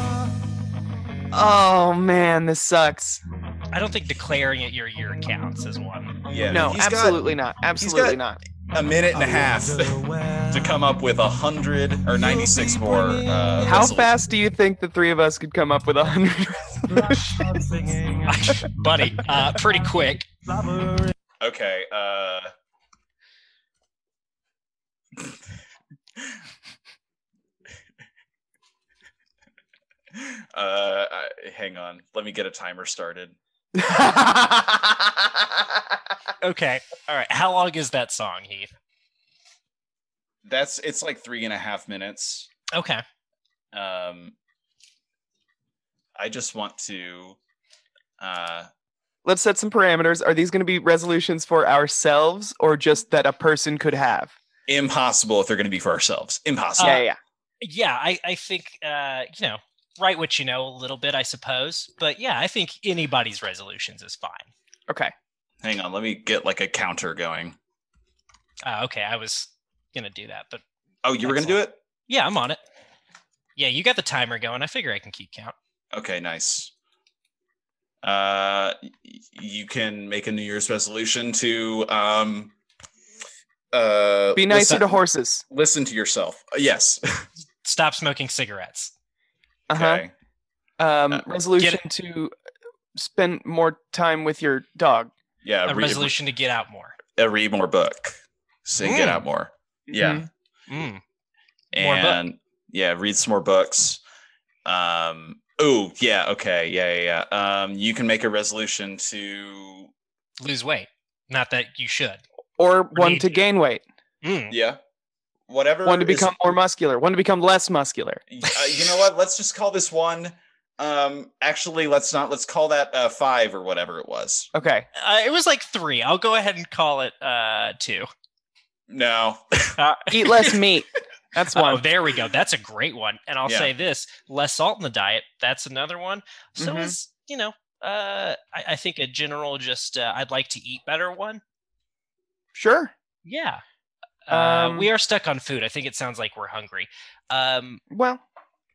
[SPEAKER 3] Oh man, this sucks.
[SPEAKER 4] I don't think declaring it your year counts as one.
[SPEAKER 2] Yeah,
[SPEAKER 3] No,
[SPEAKER 2] he's got
[SPEAKER 3] absolutely not. Absolutely not.
[SPEAKER 2] a minute and a half to come up with a hundred or ninety-six more. Uh,
[SPEAKER 3] How
[SPEAKER 2] resolutions.
[SPEAKER 3] fast do you think the three of us could come up with a hundred resolutions?
[SPEAKER 4] Buddy, uh, pretty quick.
[SPEAKER 2] Okay. Uh... uh, I- hang on. Let me get a timer started.
[SPEAKER 4] Okay. All right. How long is that song, Heath?
[SPEAKER 2] That's it's like three and a half minutes.
[SPEAKER 4] Okay.
[SPEAKER 2] Um, I just want to. Uh,
[SPEAKER 3] Let's set some parameters. Are these going to be resolutions for ourselves or just that a person could have?
[SPEAKER 2] impossible if they're going to be for ourselves. Impossible.
[SPEAKER 3] yeah, yeah.
[SPEAKER 4] yeah i i think uh you know write what you know a little bit i suppose but yeah i think anybody's resolutions is fine
[SPEAKER 3] Okay.
[SPEAKER 2] Hang on. Let me get like a counter going.
[SPEAKER 4] uh, okay i was gonna do that but
[SPEAKER 2] Oh, you were going to do it?
[SPEAKER 4] yeah i'm on it yeah you got the timer going i figure i can keep count
[SPEAKER 2] Okay, nice. Uh, y- you can make a New Year's resolution to um, uh,
[SPEAKER 3] Be nicer
[SPEAKER 2] listen,
[SPEAKER 3] to horses.
[SPEAKER 2] Listen to yourself. Uh, Yes.
[SPEAKER 4] stop smoking cigarettes
[SPEAKER 3] Uh-huh.
[SPEAKER 2] Okay.
[SPEAKER 3] Um,
[SPEAKER 2] Uh,
[SPEAKER 3] resolution to spend more time with your dog.
[SPEAKER 2] Yeah.
[SPEAKER 4] a
[SPEAKER 2] read-
[SPEAKER 4] resolution to get out more
[SPEAKER 2] Uh, read
[SPEAKER 3] Hmm.
[SPEAKER 2] more book. So you get
[SPEAKER 4] Mm.
[SPEAKER 2] out more. Yeah.
[SPEAKER 3] Mhm.
[SPEAKER 4] mm. More book.
[SPEAKER 2] And yeah, read some more books. Um, oh yeah, okay, yeah, yeah, yeah. Um, you can make a resolution to
[SPEAKER 4] Lose weight. Not that you should.
[SPEAKER 3] or one
[SPEAKER 4] need
[SPEAKER 3] to
[SPEAKER 4] to.
[SPEAKER 3] gain weight,
[SPEAKER 4] Mm.
[SPEAKER 2] yeah, whatever.
[SPEAKER 3] one to
[SPEAKER 2] is-
[SPEAKER 3] become more muscular, one to become less muscular.
[SPEAKER 2] uh, you know what? Let's just call this one. Um, actually, let's not. Let's call that uh, five or whatever it was.
[SPEAKER 3] Okay,
[SPEAKER 4] Uh, it was like three. I'll go ahead and call it uh, two.
[SPEAKER 2] No.
[SPEAKER 4] Uh,
[SPEAKER 3] eat less meat. That's
[SPEAKER 4] Oh,
[SPEAKER 3] one.
[SPEAKER 4] there we go. That's a great one. And I'll
[SPEAKER 2] Yeah.
[SPEAKER 4] say this: less salt in the diet. That's another one. So
[SPEAKER 3] Mhm.
[SPEAKER 4] is you know, uh, I, I think a general just uh, I'd like to eat better one.
[SPEAKER 3] Sure.
[SPEAKER 4] Yeah. Uh,
[SPEAKER 3] Um,
[SPEAKER 4] we are stuck on food. I think it sounds like we're hungry. Um,
[SPEAKER 3] Well,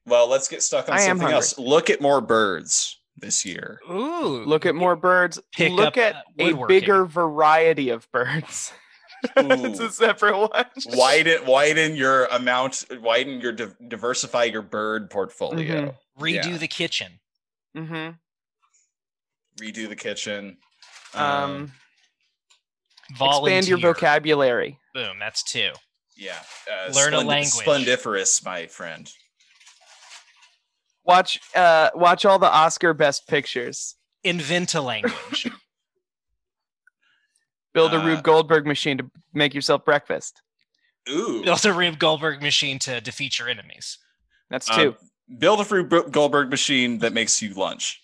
[SPEAKER 2] Well, let's get stuck on
[SPEAKER 3] I am
[SPEAKER 2] something
[SPEAKER 3] hungry.
[SPEAKER 2] else. Look at more birds this year.
[SPEAKER 4] ooh,
[SPEAKER 3] look at more birds.
[SPEAKER 4] Pick
[SPEAKER 3] look
[SPEAKER 4] up,
[SPEAKER 3] at
[SPEAKER 4] uh,
[SPEAKER 3] a
[SPEAKER 4] woodworking.
[SPEAKER 3] bigger variety of birds. it's
[SPEAKER 2] Ooh.
[SPEAKER 3] a separate one.
[SPEAKER 2] widen widen your amount. Widen your div- diversify your bird portfolio.
[SPEAKER 4] redo
[SPEAKER 2] yeah.
[SPEAKER 4] the kitchen.
[SPEAKER 3] hmm
[SPEAKER 2] Redo the kitchen.
[SPEAKER 3] Mm-hmm. Um,
[SPEAKER 4] Uh, Volunteer.
[SPEAKER 3] expand your vocabulary.
[SPEAKER 4] Boom. That's two.
[SPEAKER 2] yeah. Uh,
[SPEAKER 4] learn a language.
[SPEAKER 2] Splendiferous, my friend.
[SPEAKER 3] Watch, uh, watch all the Oscar best pictures.
[SPEAKER 4] Invent a language.
[SPEAKER 3] Build a
[SPEAKER 2] Uh,
[SPEAKER 3] Rube Goldberg machine to make yourself breakfast.
[SPEAKER 2] Ooh.
[SPEAKER 4] Build a Rube Goldberg machine to defeat your enemies.
[SPEAKER 3] That's
[SPEAKER 2] Um,
[SPEAKER 3] two.
[SPEAKER 2] build a free Goldberg machine that makes you lunch.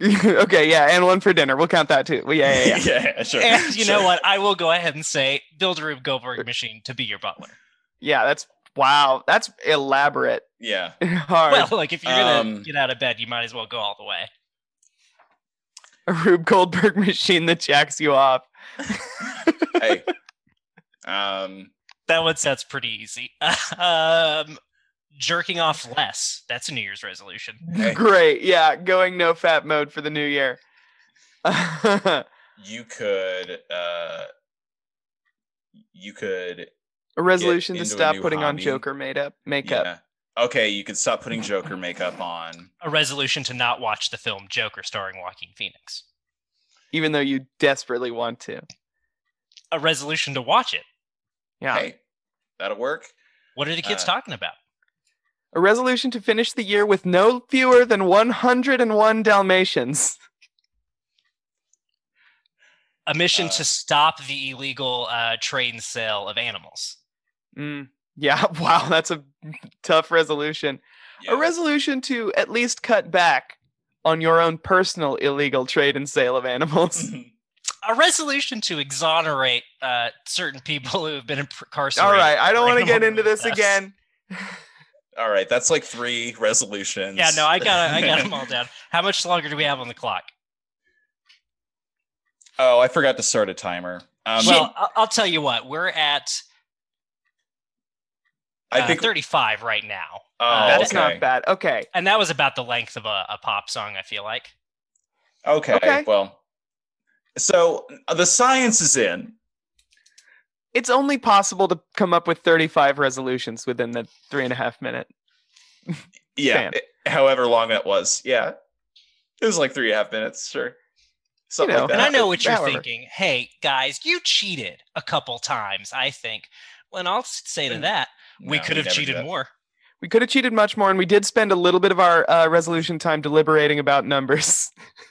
[SPEAKER 3] okay, yeah, and one for dinner. We'll count that too. Well, yeah, yeah, yeah.
[SPEAKER 2] sure.
[SPEAKER 4] And you know
[SPEAKER 2] sure.
[SPEAKER 4] what? I will go ahead and say, build a Rube Goldberg machine to be your butler.
[SPEAKER 3] yeah, that's wow. That's elaborate.
[SPEAKER 2] Yeah.
[SPEAKER 3] Hard.
[SPEAKER 4] Well, like if you're gonna
[SPEAKER 2] Um,
[SPEAKER 4] get out of bed, you might as well go all the way.
[SPEAKER 3] a Rube Goldberg machine that jacks you off.
[SPEAKER 2] hey. Um.
[SPEAKER 4] That one sounds pretty easy. um, jerking off less. That's a New Year's resolution.
[SPEAKER 2] hey,
[SPEAKER 3] Great. Yeah, going no fat mode for the new year. a
[SPEAKER 2] you could. Uh. You could.
[SPEAKER 3] resolution to
[SPEAKER 2] into a
[SPEAKER 3] stop
[SPEAKER 2] new
[SPEAKER 3] putting on
[SPEAKER 2] hobby.
[SPEAKER 3] Joker made up makeup.
[SPEAKER 2] Yeah. Okay, you could stop putting Joker makeup on.
[SPEAKER 4] A resolution to not watch the film Joker starring Joaquin Phoenix.
[SPEAKER 3] Even though you desperately want to.
[SPEAKER 4] A resolution to watch it.
[SPEAKER 3] Yeah.
[SPEAKER 2] Hey, that'll work.
[SPEAKER 4] What are the kids
[SPEAKER 2] Uh,
[SPEAKER 4] talking about?
[SPEAKER 3] A resolution to finish the year with no fewer than 101 Dalmatians.
[SPEAKER 4] A mission
[SPEAKER 2] uh,
[SPEAKER 4] to stop the illegal uh, trade and sale of animals.
[SPEAKER 3] Mm, yeah, wow, that's a tough resolution.
[SPEAKER 2] Yeah.
[SPEAKER 3] A resolution to at least cut back on your own personal illegal trade and sale of animals.
[SPEAKER 4] A resolution to exonerate uh, certain people who have been incarcerated.
[SPEAKER 3] All right, I don't
[SPEAKER 4] for
[SPEAKER 3] want to get
[SPEAKER 4] animal
[SPEAKER 3] into this
[SPEAKER 4] abuse.
[SPEAKER 3] again.
[SPEAKER 2] All right, that's like three resolutions.
[SPEAKER 4] Yeah, no, I got I got them all down. How much longer do we have on the clock?
[SPEAKER 2] oh, I forgot to start a timer. Um,
[SPEAKER 4] well, I'll, I'll tell you what. We're at
[SPEAKER 2] I
[SPEAKER 4] uh,
[SPEAKER 2] think.
[SPEAKER 4] 35 right now,
[SPEAKER 2] oh,
[SPEAKER 4] uh,
[SPEAKER 3] That's
[SPEAKER 2] okay.
[SPEAKER 3] not bad. Okay.
[SPEAKER 4] and that was about the length of a, a pop song. I feel like.
[SPEAKER 2] Okay,
[SPEAKER 3] Okay.
[SPEAKER 2] well, so uh, the science is in.
[SPEAKER 3] It's only possible to come up with 35 resolutions within the three and a half minute.
[SPEAKER 2] Yeah,
[SPEAKER 3] Fan.
[SPEAKER 2] it- however long that was. Yeah, it was like three and a half minutes. Sure, something
[SPEAKER 3] know,
[SPEAKER 2] like that.
[SPEAKER 4] And I know what you're
[SPEAKER 3] however.
[SPEAKER 4] thinking. Hey guys, you cheated a couple times. I think. When I'll s- say to
[SPEAKER 2] Mm.
[SPEAKER 4] that, we
[SPEAKER 2] No,
[SPEAKER 4] could have
[SPEAKER 2] never do
[SPEAKER 4] cheated
[SPEAKER 2] that.
[SPEAKER 4] more.
[SPEAKER 3] We could have cheated much more, and we did spend a little bit of our uh, resolution time deliberating about numbers.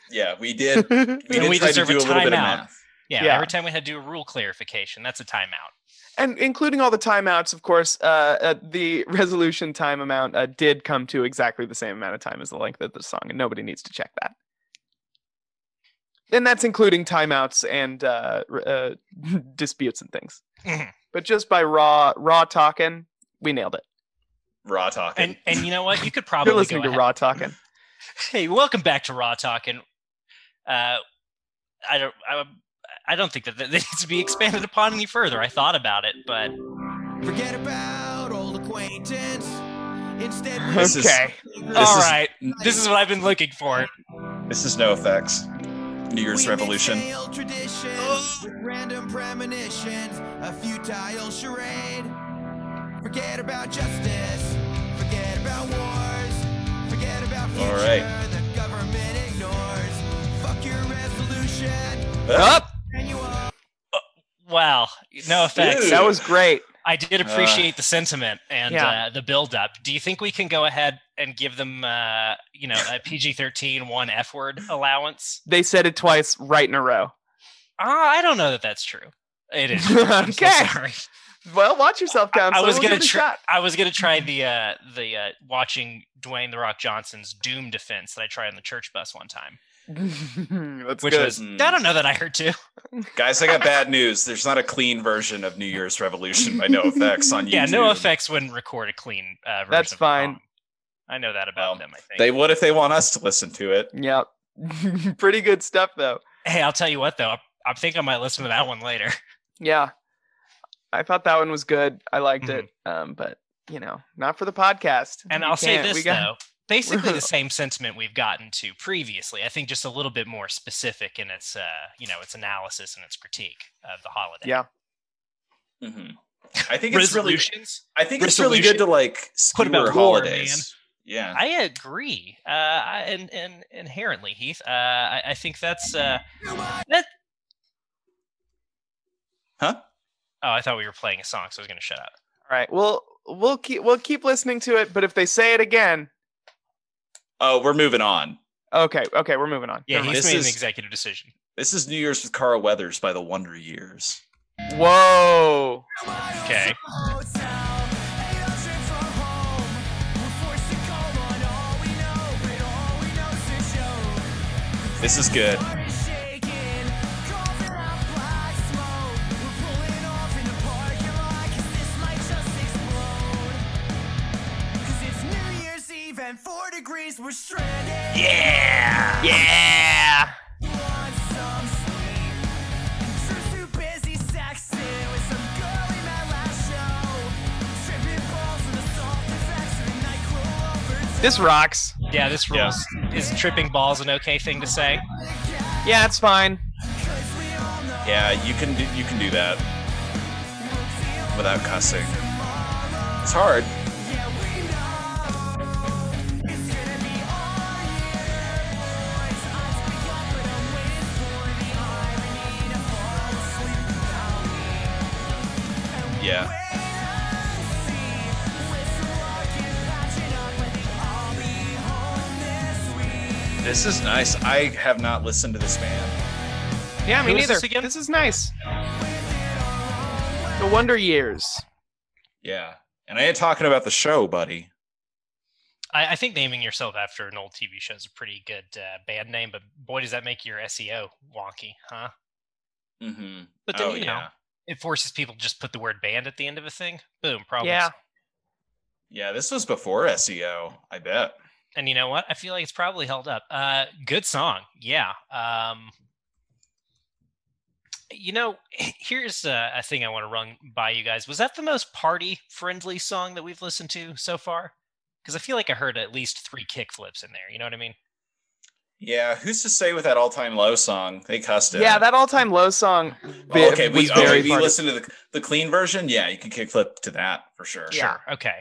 [SPEAKER 2] Yeah, we did. We did
[SPEAKER 4] we
[SPEAKER 2] try to
[SPEAKER 4] deserve a
[SPEAKER 2] do a, little bit of
[SPEAKER 4] timeout.
[SPEAKER 2] math.
[SPEAKER 4] Yeah,
[SPEAKER 3] Yeah.
[SPEAKER 4] Every time we had to do a rule clarification, that's a timeout.
[SPEAKER 3] and including all the timeouts, of course, uh, uh, the resolution time amount uh, did come to exactly the same amount of time as the length of the song, and nobody needs to check that. And that's including timeouts and uh, r- uh, disputes and things.
[SPEAKER 4] Mhm.
[SPEAKER 3] But just by raw raw talking, we nailed it.
[SPEAKER 2] Raw talking.
[SPEAKER 4] And and you know what? You could probably
[SPEAKER 3] You're listening
[SPEAKER 4] go
[SPEAKER 3] to
[SPEAKER 4] ahead-
[SPEAKER 3] raw talking.
[SPEAKER 4] Hey, welcome back to Raw Talking. Uh, I don't, I, I don't think that that needs to be expanded upon any further. I thought about it, but
[SPEAKER 5] Forget about old acquaintance. Instead, we
[SPEAKER 2] This is-
[SPEAKER 3] okay.
[SPEAKER 2] This
[SPEAKER 4] all
[SPEAKER 2] is-
[SPEAKER 4] right, this is what I've been looking for.
[SPEAKER 2] this is no effects. New Year's
[SPEAKER 5] We
[SPEAKER 2] Revolution.
[SPEAKER 5] mix stale traditions with random premonitions, a futile charade. Forget about justice. Forget about wars. Forget about future
[SPEAKER 2] All right.
[SPEAKER 5] the government ignores. Fuck your resolution.
[SPEAKER 2] Ah,
[SPEAKER 3] Up.
[SPEAKER 5] And you are
[SPEAKER 4] Wow, no effects.
[SPEAKER 2] Dude.
[SPEAKER 3] That was great.
[SPEAKER 4] I did appreciate the sentiment and
[SPEAKER 3] Uh. Yeah.
[SPEAKER 4] uh, the build up. Do you think we can go ahead and give them, uh, you know, a PG 13 one F word allowance?
[SPEAKER 3] They said it twice right in a row.
[SPEAKER 4] Uh, I don't know that that's true. It is. I'm so
[SPEAKER 3] Okay.
[SPEAKER 4] sorry.
[SPEAKER 3] Well, watch yourself,
[SPEAKER 4] I
[SPEAKER 3] counselor.
[SPEAKER 4] was
[SPEAKER 3] We'll
[SPEAKER 4] gonna
[SPEAKER 3] give it a
[SPEAKER 4] try-
[SPEAKER 3] shot.
[SPEAKER 4] I was gonna try the uh, the uh, watching Dwayne the Rock Johnson's Doom defense that I tried on the church bus one time,
[SPEAKER 3] That's
[SPEAKER 4] which
[SPEAKER 3] good.
[SPEAKER 4] was
[SPEAKER 2] Mm.
[SPEAKER 4] I don't know that I heard too.
[SPEAKER 2] Guys, I got bad news. There's not a clean version of New Year's Revolution by No Effects on YouTube.
[SPEAKER 4] Yeah, No Effects wouldn't record a clean uh, version.
[SPEAKER 3] That's
[SPEAKER 4] of the
[SPEAKER 3] fine.
[SPEAKER 4] song. I know that
[SPEAKER 2] Well,
[SPEAKER 4] about them. I think.
[SPEAKER 2] They would if they want us to listen to it.
[SPEAKER 3] yep. Pretty good stuff, though.
[SPEAKER 4] Hey, I'll tell you what though. I, I think I might listen to that one later.
[SPEAKER 3] Yeah. I thought that one was good. I liked
[SPEAKER 4] Mhm.
[SPEAKER 3] it. Um, but you know, not for the podcast.
[SPEAKER 4] And
[SPEAKER 3] We
[SPEAKER 4] I'll say
[SPEAKER 3] can't- we
[SPEAKER 4] this
[SPEAKER 3] got-
[SPEAKER 4] though. Basically the same sentiment we've gotten to previously. I think just a little bit more specific in its uh, you know, its analysis and its critique of the holiday.
[SPEAKER 3] Yeah.
[SPEAKER 4] Mm-hmm.
[SPEAKER 2] Mhm. I think it's really.
[SPEAKER 4] Resolutions.
[SPEAKER 2] I think it's really good to like
[SPEAKER 4] What
[SPEAKER 2] skewer
[SPEAKER 4] about war,
[SPEAKER 2] holidays. yeah.
[SPEAKER 4] I agree, uh, I- and and inherently, Heath. Uh, I, I think that's uh, that.
[SPEAKER 2] Huh?
[SPEAKER 4] Oh, I thought we were playing a song, so I was gonna shut up.
[SPEAKER 3] All right. Well, we'll keep we'll keep listening to it. But if they say it again,
[SPEAKER 2] Oh, we're moving on.
[SPEAKER 3] okay, okay, we're moving on.
[SPEAKER 4] Yeah,
[SPEAKER 3] Never
[SPEAKER 2] he-
[SPEAKER 3] mind.
[SPEAKER 4] he's
[SPEAKER 2] This
[SPEAKER 4] made
[SPEAKER 2] is-
[SPEAKER 4] an executive decision.
[SPEAKER 2] This is New Year's with Carl Weathers by the Wonder Years.
[SPEAKER 3] Whoa.
[SPEAKER 4] Okay.
[SPEAKER 2] This is good.
[SPEAKER 5] And four degrees, we're stranded.
[SPEAKER 4] Yeah, yeah.
[SPEAKER 5] Want some sleep? Drew's too busy sexting with some girl he met last show. Tripping balls in the soft effects of a NyQuil overdose.
[SPEAKER 3] This rocks.
[SPEAKER 4] Yeah, this
[SPEAKER 2] Yeah.
[SPEAKER 4] rules. Is tripping balls an okay thing to say?
[SPEAKER 3] Yeah, it's fine.
[SPEAKER 5] 'Cause we all know
[SPEAKER 2] Yeah, you can do, you can do that
[SPEAKER 5] we'll deal
[SPEAKER 2] without cussing.
[SPEAKER 5] tomorrow.
[SPEAKER 2] It's hard.
[SPEAKER 5] Yeah, we know it's gonna be our year, boys. I've begun, but I'm waiting for the irony to fall asleep without me.
[SPEAKER 2] Yeah. This is nice. I have not listened to this band.
[SPEAKER 3] Yeah, me
[SPEAKER 4] Who is
[SPEAKER 3] neither.
[SPEAKER 4] this again?
[SPEAKER 3] This is nice. The Wonder Years.
[SPEAKER 2] Yeah. And I ain't talking about the show, buddy.
[SPEAKER 4] I, I think naming yourself after an old TV show is a pretty good uh, band name, but boy, does that make your SEO wonky, huh?
[SPEAKER 2] Mm-hmm.
[SPEAKER 4] But then
[SPEAKER 2] Oh,
[SPEAKER 4] you know,
[SPEAKER 2] yeah.
[SPEAKER 4] it forces people to just put the word band at the end of a thing. Boom, problems.
[SPEAKER 3] Yeah.
[SPEAKER 2] Yeah, this was before SEO, I bet.
[SPEAKER 4] and you know what? I feel like it's probably held up. Uh, good song, yeah. Um, you know, here's a, a thing I want to run by you guys. Was that the most party-friendly song that we've listened to so far? Because I feel like I heard at least three kickflips in there. You know what I mean?
[SPEAKER 2] Yeah, who's to say with that all time low song? They cussed it.
[SPEAKER 3] Yeah, that all-time low song.
[SPEAKER 2] Well, Oh, okay, we,
[SPEAKER 3] was
[SPEAKER 2] okay,
[SPEAKER 3] very
[SPEAKER 2] we
[SPEAKER 3] funny.
[SPEAKER 2] listened to the, the clean version. Yeah, you can kickflip to that for sure.
[SPEAKER 3] Yeah.
[SPEAKER 4] Sure. Okay.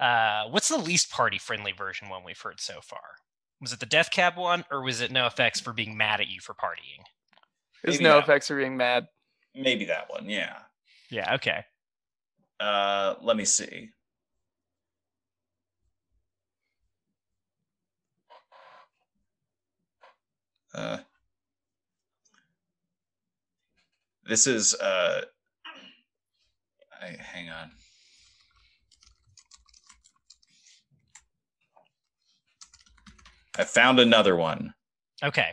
[SPEAKER 4] Uh, what's the least party-friendly version one we've heard so far? Was it the Death Cab one, or was it No Effects for being mad at you for partying?
[SPEAKER 3] There's
[SPEAKER 2] Maybe
[SPEAKER 3] no
[SPEAKER 2] not.
[SPEAKER 3] effects for being mad.
[SPEAKER 2] Maybe that one. Yeah.
[SPEAKER 4] Yeah. Okay.
[SPEAKER 2] Uh, let me see. Uh, this is uh, I, hang on. I found another one.
[SPEAKER 4] Okay.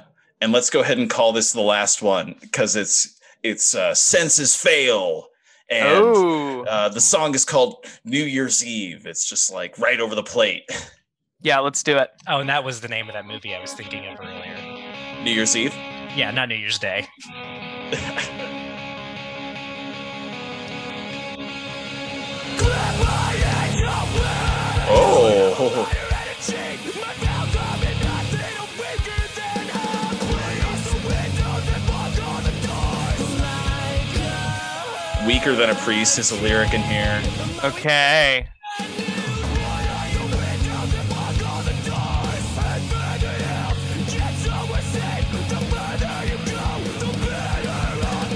[SPEAKER 2] Uh, and let's go ahead and call this the last one because it's it's uh, senses fail and
[SPEAKER 3] oh.
[SPEAKER 2] uh, the song is called New Year's Eve. It's just like right over the plate.
[SPEAKER 3] yeah, let's do it.
[SPEAKER 4] Oh, and that was the name of that movie I was thinking of earlier.
[SPEAKER 2] New Year's Eve.
[SPEAKER 4] Yeah, not New Year's Day.
[SPEAKER 2] Oh, weaker than a priest is a lyric in here.
[SPEAKER 3] Okay.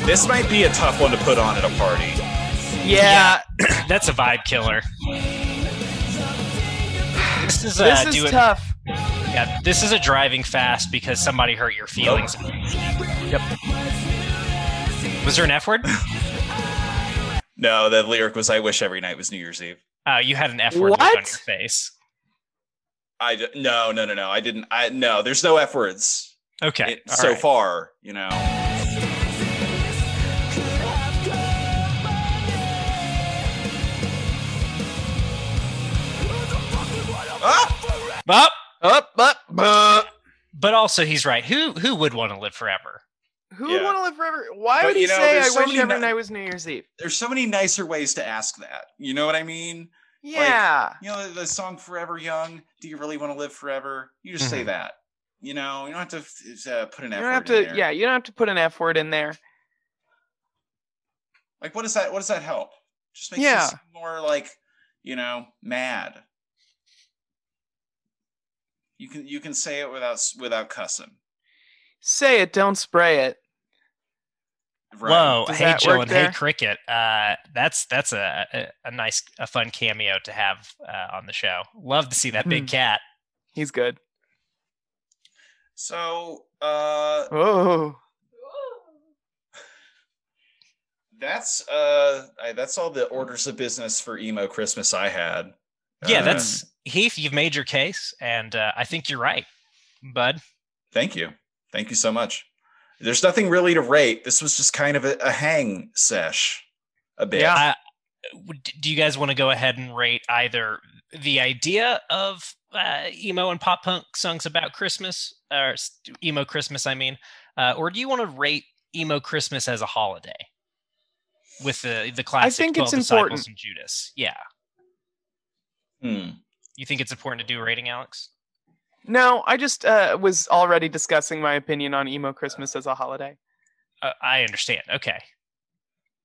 [SPEAKER 2] This might be a tough one to put on at a party.
[SPEAKER 3] Yeah,
[SPEAKER 4] That's a vibe killer. This is, uh,
[SPEAKER 3] this is
[SPEAKER 4] do it,
[SPEAKER 3] tough.
[SPEAKER 4] yeah, this is a driving fast because somebody hurt your feelings. Yep. Was there an F word?
[SPEAKER 2] No, the lyric was, "I wish every night was New Year's Eve."
[SPEAKER 4] Uh, you had an F word look
[SPEAKER 3] What?
[SPEAKER 4] on your face.
[SPEAKER 2] I d- no, no, no, no. I didn't. I no. There's no f words
[SPEAKER 4] Okay.
[SPEAKER 2] it-
[SPEAKER 4] all
[SPEAKER 2] so
[SPEAKER 4] right.
[SPEAKER 2] far. You know. Ah!
[SPEAKER 4] Well,
[SPEAKER 3] Up, up, buh.
[SPEAKER 4] but also he's right. Who who would want to live forever?
[SPEAKER 3] Who would
[SPEAKER 2] Yeah.
[SPEAKER 3] want to live forever? Why
[SPEAKER 2] But,
[SPEAKER 3] would he
[SPEAKER 2] you know,
[SPEAKER 3] say,
[SPEAKER 2] there's
[SPEAKER 3] "I
[SPEAKER 2] so
[SPEAKER 3] wish
[SPEAKER 2] many
[SPEAKER 3] every
[SPEAKER 2] ni-
[SPEAKER 3] night was New Year's Eve"?
[SPEAKER 2] There's so many nicer ways to ask that. You know what I mean?
[SPEAKER 3] Yeah,
[SPEAKER 2] You know the song "Forever Young." Do you really want to live forever? You just say that. You know, you don't have to uh, put an F
[SPEAKER 3] Mm-hmm. you don't have
[SPEAKER 2] word in
[SPEAKER 3] to.
[SPEAKER 2] there.
[SPEAKER 3] Yeah, you don't have to put an F word in there.
[SPEAKER 2] Like, what does that? What does that help? Just makes
[SPEAKER 3] Yeah.
[SPEAKER 2] you seem more like, you know, mad. You can you can say it without s- without cussing.
[SPEAKER 3] Say it, don't spray it.
[SPEAKER 2] Right.
[SPEAKER 4] Whoa!
[SPEAKER 3] Does
[SPEAKER 4] hey
[SPEAKER 3] that
[SPEAKER 4] Jill
[SPEAKER 3] work
[SPEAKER 4] and
[SPEAKER 3] there?
[SPEAKER 4] hey Cricket. Uh, that's that's a, a a nice a fun cameo to have uh, on the show. Love to see that big
[SPEAKER 3] Mhm.
[SPEAKER 4] cat.
[SPEAKER 3] He's good.
[SPEAKER 2] So uh
[SPEAKER 3] Oh,
[SPEAKER 2] that's uh I, that's all the orders of business for emo Christmas I had.
[SPEAKER 4] Yeah,
[SPEAKER 3] Hmm.
[SPEAKER 2] Uh,
[SPEAKER 4] that's Heath. You've made your case, and uh, I think you're right, bud.
[SPEAKER 2] thank you. Thank you so much. There's nothing really to rate. This was just kind of a, a hang sesh a bit.
[SPEAKER 3] Yeah.
[SPEAKER 4] I- would- do you guys want to go ahead and rate either the idea of uh, emo and pop punk songs about Christmas, or s- emo Christmas, I mean, uh, or do you want to rate emo Christmas as a holiday with the the classic
[SPEAKER 3] think it's
[SPEAKER 4] 12 disciples
[SPEAKER 3] important.
[SPEAKER 4] and Judas? Yeah,
[SPEAKER 2] Hmm.
[SPEAKER 4] you think it's important to do a rating, Alex?
[SPEAKER 3] no, I just uh, was already discussing my opinion on emo Christmas as a holiday.
[SPEAKER 4] Uh, I understand. Okay,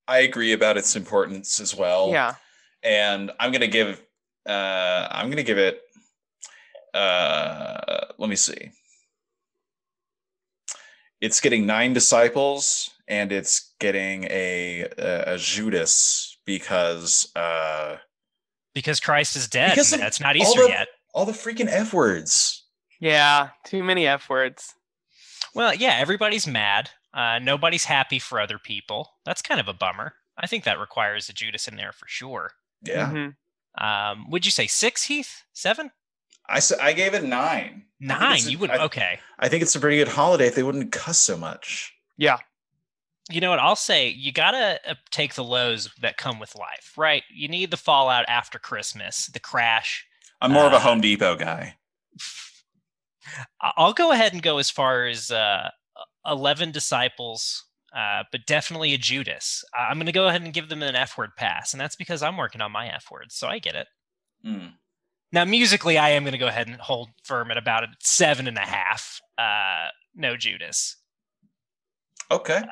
[SPEAKER 2] I agree about its importance as well.
[SPEAKER 3] Yeah,
[SPEAKER 2] and I'm gonna give uh I'm gonna give it uh let me see. It's getting nine disciples and it's getting a a, a Judas because uh
[SPEAKER 4] because Christ is dead.
[SPEAKER 2] Because
[SPEAKER 4] and
[SPEAKER 2] of
[SPEAKER 4] that's not
[SPEAKER 2] all
[SPEAKER 4] Easter
[SPEAKER 2] the-
[SPEAKER 4] yet.
[SPEAKER 2] all the freaking F words.
[SPEAKER 3] yeah, too many F words.
[SPEAKER 4] Well, yeah, everybody's mad. Uh, nobody's happy for other people. That's kind of a bummer. I think that requires a Judas in there for sure.
[SPEAKER 2] Yeah.
[SPEAKER 3] Mhm.
[SPEAKER 4] Um, would you say six, Heath? Seven?
[SPEAKER 2] I s- I gave it nine. I think
[SPEAKER 4] Nine?
[SPEAKER 2] it's a-
[SPEAKER 4] You would
[SPEAKER 2] I-
[SPEAKER 4] okay.
[SPEAKER 2] I think it's a pretty good holiday if they wouldn't cuss so much.
[SPEAKER 4] You know what? I'll say you gotta uh, take the lows that come with life, right? You need the fallout after Christmas, the crash.
[SPEAKER 2] I'm more of
[SPEAKER 3] Ah.
[SPEAKER 2] a
[SPEAKER 4] Uh,
[SPEAKER 2] Home Depot guy.
[SPEAKER 4] I- I'll go ahead and go as far as uh, eleven disciples, uh, but definitely a Judas. I- I'm gonna go ahead and give them an F word pass, and that's because I'm working on my F words, so I get it.
[SPEAKER 2] Hmm.
[SPEAKER 4] Now, musically, I am going to go ahead and hold firm at about a seven and a half. Uh, no Judas.
[SPEAKER 2] Okay.
[SPEAKER 3] Ah.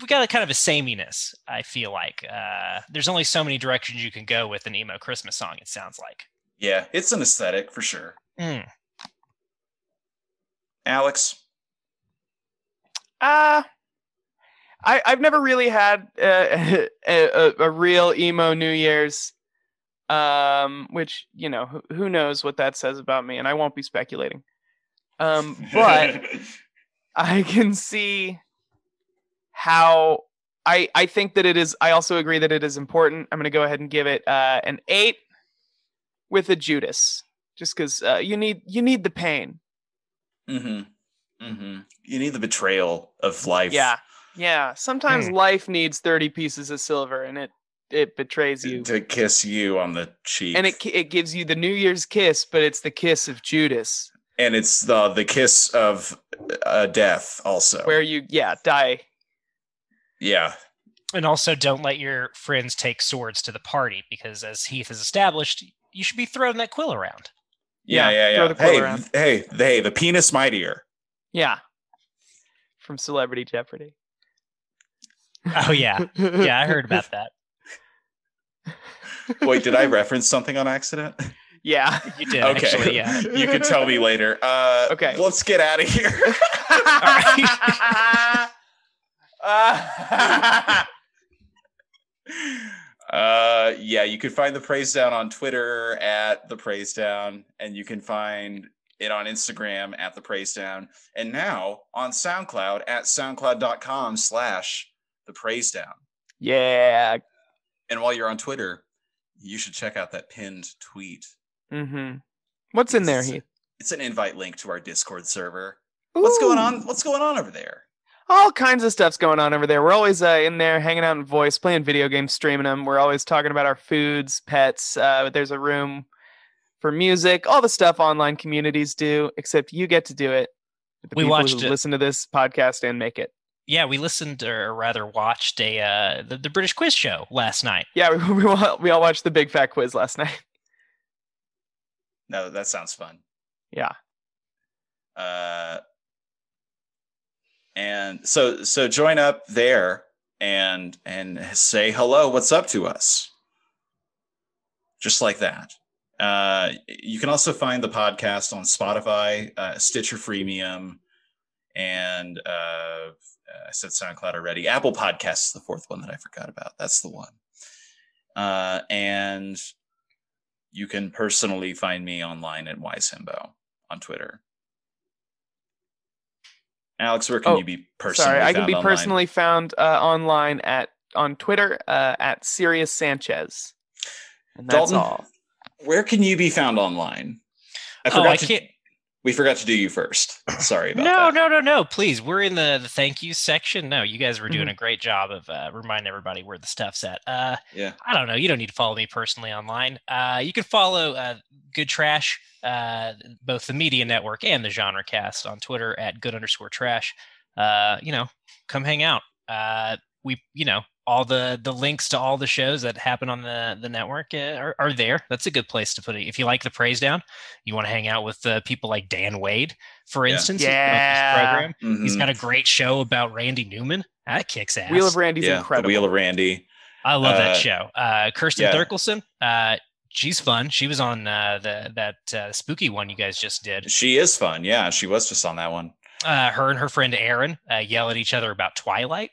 [SPEAKER 4] We got a kind of a sameness. I feel like uh, there's only so many directions you can go with an emo Christmas song. It sounds like.
[SPEAKER 2] Yeah, it's an aesthetic for sure.
[SPEAKER 4] Mm.
[SPEAKER 2] Alex,
[SPEAKER 3] Uh, I I've never really had uh, a, a, a real emo New Year's, um, which you know who, who knows what that says about me, and I won't be speculating. Um, but I can see how I I think that it is. I also agree that it is important. I'm going to go ahead and give it uh, an eight with a Judas, just because uh, you need you need the pain.
[SPEAKER 2] Mm-hmm. Mm-hmm. You need the betrayal of life.
[SPEAKER 3] Yeah, yeah. Sometimes life needs thirty pieces of silver, and it it betrays
[SPEAKER 2] To,
[SPEAKER 3] you,
[SPEAKER 2] to kiss you on the cheek.
[SPEAKER 3] and it ki- it gives you the New Year's kiss, but it's the kiss of Judas,
[SPEAKER 2] and it's the the kiss of uh, death also.
[SPEAKER 3] where you yeah die.
[SPEAKER 2] yeah.
[SPEAKER 4] And also, don't let your friends take swords to the party because, as Heath has established, you should be throwing that quill around.
[SPEAKER 2] Yeah,
[SPEAKER 3] Yeah,
[SPEAKER 2] yeah, yeah.
[SPEAKER 3] throw the quill
[SPEAKER 2] hey,
[SPEAKER 3] around.
[SPEAKER 2] hey, hey, the penis mightier.
[SPEAKER 3] Yeah, from Celebrity Jeopardy.
[SPEAKER 4] Oh yeah, yeah, I heard about that.
[SPEAKER 2] Wait, did I reference something on accident?
[SPEAKER 3] yeah.
[SPEAKER 4] You did
[SPEAKER 2] okay.
[SPEAKER 4] actually. Yeah.
[SPEAKER 2] you can tell me later. Uh,
[SPEAKER 3] Okay.
[SPEAKER 2] Let's get out of here.
[SPEAKER 3] Uh,
[SPEAKER 2] uh, yeah, you can find the praise down on Twitter at the praise down, and you can find it on Instagram at the praise down, and now on SoundCloud at soundcloud.com slash the praise down.
[SPEAKER 3] Yeah.
[SPEAKER 2] And while you're on Twitter, you should check out that pinned tweet.
[SPEAKER 3] Mm-hmm. What's in there,
[SPEAKER 2] It's-
[SPEAKER 3] Heath?
[SPEAKER 2] It's an invite link to our Discord server. What's going
[SPEAKER 3] Ooh.
[SPEAKER 2] on? What's going on over there?
[SPEAKER 3] all kinds of stuff's going on over there. We're always uh, in there hanging out in voice, playing video games, streaming them. We're always talking about our foods, pets. Uh, there's a room for music, all the stuff online communities do, except you get to do it. The
[SPEAKER 4] We
[SPEAKER 3] people
[SPEAKER 4] watched
[SPEAKER 3] who
[SPEAKER 4] it.
[SPEAKER 3] listen to this podcast and make it.
[SPEAKER 4] Yeah, we listened or rather watched a uh, the, the British quiz show last night.
[SPEAKER 3] Yeah, we, we, all, we all watched the Big Fat Quiz last night.
[SPEAKER 2] No, that sounds fun.
[SPEAKER 3] Yeah.
[SPEAKER 2] Uh, and so so join up there and and say hello. What's up to us? Just like that. Uh, you can also find the podcast on Spotify, uh, Stitcher Freemium, and uh, I said SoundCloud already. Apple Podcasts is the fourth one that I forgot about. That's the one. Uh, and you can personally find me online at Wise Himbo on Twitter. Alex, where can
[SPEAKER 3] Oh,
[SPEAKER 2] you be personally?
[SPEAKER 3] Sorry, I can
[SPEAKER 2] found
[SPEAKER 3] be
[SPEAKER 2] online?
[SPEAKER 3] personally found uh, online at on Twitter uh, at Sirius Sanchez. And that's
[SPEAKER 2] Dalton?
[SPEAKER 3] all.
[SPEAKER 2] Where can you be found online? I
[SPEAKER 4] oh,
[SPEAKER 2] forgot
[SPEAKER 4] I
[SPEAKER 2] to,
[SPEAKER 4] can't.
[SPEAKER 2] We forgot to do you first. Sorry about
[SPEAKER 4] No,
[SPEAKER 2] that.
[SPEAKER 4] no, no, no. Please, we're in the, the thank you section. No, you guys were doing a great job of uh, reminding everybody where the stuff's at. Uh,
[SPEAKER 2] Yeah.
[SPEAKER 4] I don't know. You don't need to follow me personally online. Uh, you can follow uh, Good Trash, uh, both the Media Network and the Genre Cast on Twitter at good underscore trash. Uh, you know, come hang out. Uh, we, you know, all the the links to all the shows that happen on the the network uh, are, are there. That's a good place to put it. If you like the praise down, you want to hang out with uh, people like Dan Wade, for
[SPEAKER 2] Yeah.
[SPEAKER 4] instance. who's been on this
[SPEAKER 3] Yeah. Mm.
[SPEAKER 4] program. He's
[SPEAKER 2] Mhm.
[SPEAKER 4] got a great show about Randy Newman. That kicks ass.
[SPEAKER 3] Wheel of Randy's
[SPEAKER 2] yeah,
[SPEAKER 3] incredible.
[SPEAKER 2] the Wheel of Randy.
[SPEAKER 4] I love
[SPEAKER 2] uh,
[SPEAKER 4] that show. Uh, Kirsten
[SPEAKER 2] yeah.
[SPEAKER 4] Thirkelson. Uh, she's fun. She was on uh, the that uh, spooky one you guys just did.
[SPEAKER 2] She is fun. Yeah, she was just on that one.
[SPEAKER 4] Uh, her and her friend Erin uh, yell at each other about Twilight.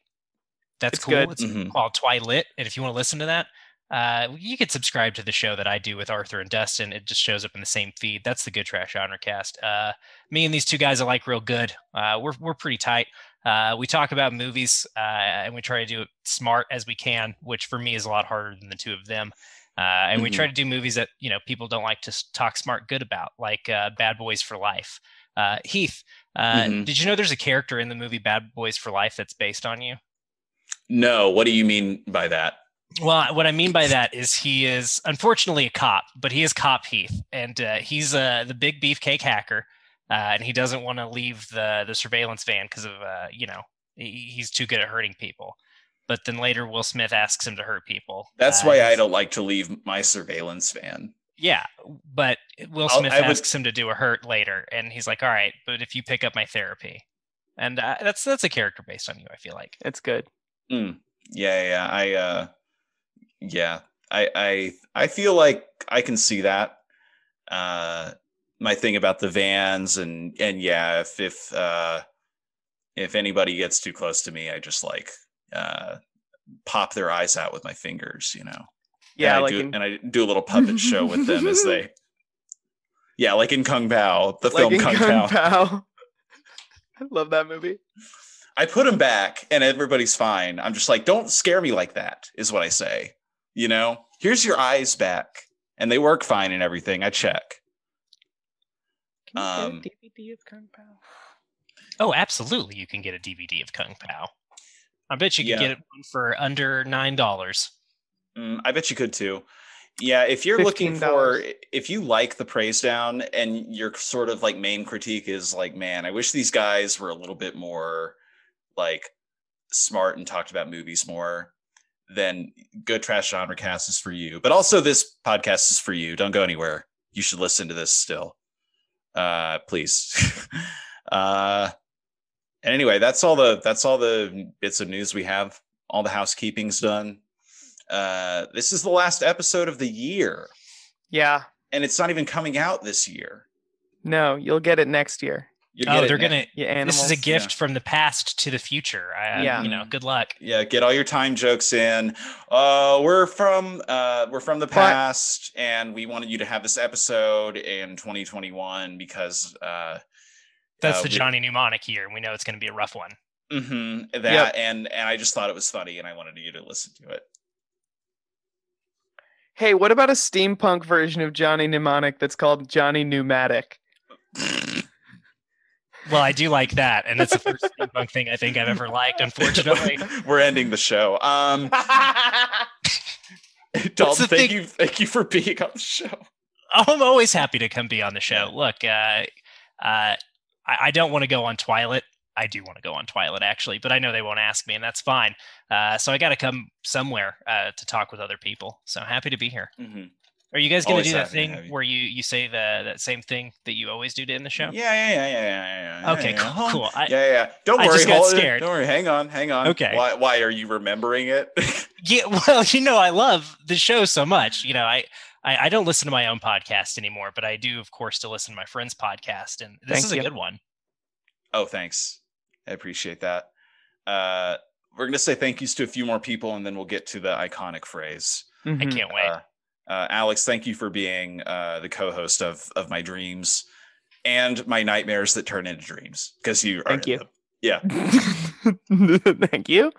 [SPEAKER 4] That's
[SPEAKER 3] It's
[SPEAKER 4] cool.
[SPEAKER 3] good. Mm-hmm.
[SPEAKER 4] It's
[SPEAKER 2] Mhm.
[SPEAKER 4] called Twilit. And if you want to listen to that, uh, you could subscribe to the show that I do with Arthur and Dustin. It just shows up in the same feed. That's the Good Trash Honorcast. Uh, me and these two guys I like real good. Uh, we're we're pretty tight. Uh, we talk about movies uh, and we try to do it smart as we can, which for me is a lot harder than the two of them. Uh, and
[SPEAKER 3] Mm-hmm.
[SPEAKER 4] we try to do movies that you know people don't like to s- talk smart good about, like uh, Bad Boys for Life. Uh, Heath, uh,
[SPEAKER 2] Mhm.
[SPEAKER 4] did you know there's a character in the movie Bad Boys for Life that's based on you?
[SPEAKER 2] No, what do you mean by that?
[SPEAKER 4] Well, what I mean by that is he is unfortunately a cop, but he is Cop Heath, and uh, he's uh, the big beefcake hacker, uh, and he doesn't want to leave the the surveillance van because of uh, you know he, he's too good at hurting people. But then later, Will Smith asks him to hurt people.
[SPEAKER 2] That's
[SPEAKER 4] Uh,
[SPEAKER 2] why I
[SPEAKER 4] he's-
[SPEAKER 2] don't like to leave my surveillance van.
[SPEAKER 4] Yeah, but Will
[SPEAKER 2] I'll-
[SPEAKER 4] Smith
[SPEAKER 2] I would-
[SPEAKER 4] asks him to do a hurt later, and he's like, "All right, but if you pick up my therapy," and uh, that's that's a character based on you. I feel like.
[SPEAKER 3] It's good.
[SPEAKER 2] Mm. Yeah, yeah, yeah. I uh yeah. I I I feel like I can see that. Uh my thing about the vans and and yeah, if if uh if anybody gets too close to me, I just like uh pop their eyes out with my fingers, you know.
[SPEAKER 3] Yeah,
[SPEAKER 2] and I
[SPEAKER 3] like
[SPEAKER 2] do,
[SPEAKER 3] in,
[SPEAKER 2] and I do a little puppet show with them as they Yeah, like in Kung Pao, the
[SPEAKER 3] like
[SPEAKER 2] film
[SPEAKER 3] in
[SPEAKER 2] Kung, Pao.
[SPEAKER 3] Kung Pao. I love that movie.
[SPEAKER 2] I put him back and everybody's fine. I'm just like, don't scare me like that, is what I say. You know, here's your eyes back. And they work fine and everything. I check. Um, Can you get
[SPEAKER 3] DVD of Kung Pao?
[SPEAKER 4] Oh, absolutely. You can get a DVD of Kung Pao. I bet you can
[SPEAKER 2] Yeah.
[SPEAKER 4] get it one for under nine dollars.
[SPEAKER 2] Mm, I bet you could too. Yeah, if you're looking for,
[SPEAKER 3] $15.
[SPEAKER 2] if you like the praise down and your sort of like main critique is like, man, I wish these guys were a little bit more like smart and talked about movies more, then Good Trash Genre Cast is for you. But also, this podcast is for you. Don't go anywhere. You should listen to this still. Uh, please. uh, and anyway, that's all the that's all the bits of news we have. All the housekeeping's done. Uh, this is the last episode of the year,
[SPEAKER 3] Yeah.
[SPEAKER 2] and it's not even coming out this year.
[SPEAKER 3] No, you'll get it next year.
[SPEAKER 2] You
[SPEAKER 4] Oh,
[SPEAKER 2] it
[SPEAKER 4] they're
[SPEAKER 2] now.
[SPEAKER 4] gonna.
[SPEAKER 3] You animals.
[SPEAKER 4] This is a gift from the past to the future. I,
[SPEAKER 3] Yeah.
[SPEAKER 4] yeah. You know, good luck.
[SPEAKER 2] Mm-hmm. Yeah, get all your time jokes in. Uh, we're from uh, we're from the past, and we wanted you to have this episode in 2021 because uh,
[SPEAKER 4] That's
[SPEAKER 2] Uh,
[SPEAKER 4] the
[SPEAKER 2] we-
[SPEAKER 4] Johnny Mnemonic year. We know it's going to be a rough one.
[SPEAKER 2] mhm, that
[SPEAKER 3] Yep.
[SPEAKER 2] and and I just thought it was funny, and I wanted you to listen to it.
[SPEAKER 3] Hey, what about a steampunk version of Johnny Mnemonic that's called Johnny Pneumatic?
[SPEAKER 4] Well, I do like that, and that's the first steampunk thing I think I've ever liked. Unfortunately,
[SPEAKER 2] we're ending the show. Um, Dalton,
[SPEAKER 4] the
[SPEAKER 2] thank
[SPEAKER 4] thing-
[SPEAKER 2] you, thank you for being on the show.
[SPEAKER 4] I'm always happy to come be on the show. Look, uh, uh, I, I don't want to go on Twilight. I do want to go on Twilight actually, but I know they won't ask me, and that's fine. Uh, so I got to come somewhere uh, to talk with other people. So happy to be here.
[SPEAKER 2] Mhm.
[SPEAKER 4] Are you guys going to
[SPEAKER 2] Always
[SPEAKER 4] do that
[SPEAKER 2] happy to
[SPEAKER 4] thing
[SPEAKER 2] have you.
[SPEAKER 4] where you you say the that same thing that you always do to end the show?
[SPEAKER 2] Yeah, yeah, yeah, yeah, yeah, yeah. yeah,
[SPEAKER 4] Okay,
[SPEAKER 2] yeah.
[SPEAKER 4] cool,
[SPEAKER 2] Hold-
[SPEAKER 4] cool. I-
[SPEAKER 2] yeah, yeah. Don't
[SPEAKER 4] I
[SPEAKER 2] worry.
[SPEAKER 4] just got
[SPEAKER 2] hold it.
[SPEAKER 4] scared.
[SPEAKER 2] Don't worry. Hang on, hang on.
[SPEAKER 4] Okay.
[SPEAKER 2] Why? Why are you remembering it?
[SPEAKER 4] Yeah, well, you know, I love the show so much. You know, I, I I don't listen to my own podcast anymore, but I do, of course, to listen to my friend's podcast, and this
[SPEAKER 3] Thank
[SPEAKER 4] is a
[SPEAKER 3] you.
[SPEAKER 4] good one.
[SPEAKER 2] Oh, thanks. I appreciate that. Uh, we're going to say thank yous to a few more people and then we'll get to the iconic phrase.
[SPEAKER 4] I
[SPEAKER 3] Mhm.
[SPEAKER 4] can't wait.
[SPEAKER 2] Uh, uh, Alex, thank you for being uh, the co host of, of my dreams and my nightmares that turn into dreams because you are.
[SPEAKER 3] Thank
[SPEAKER 2] in
[SPEAKER 3] you.
[SPEAKER 2] them. Yeah.
[SPEAKER 3] thank you.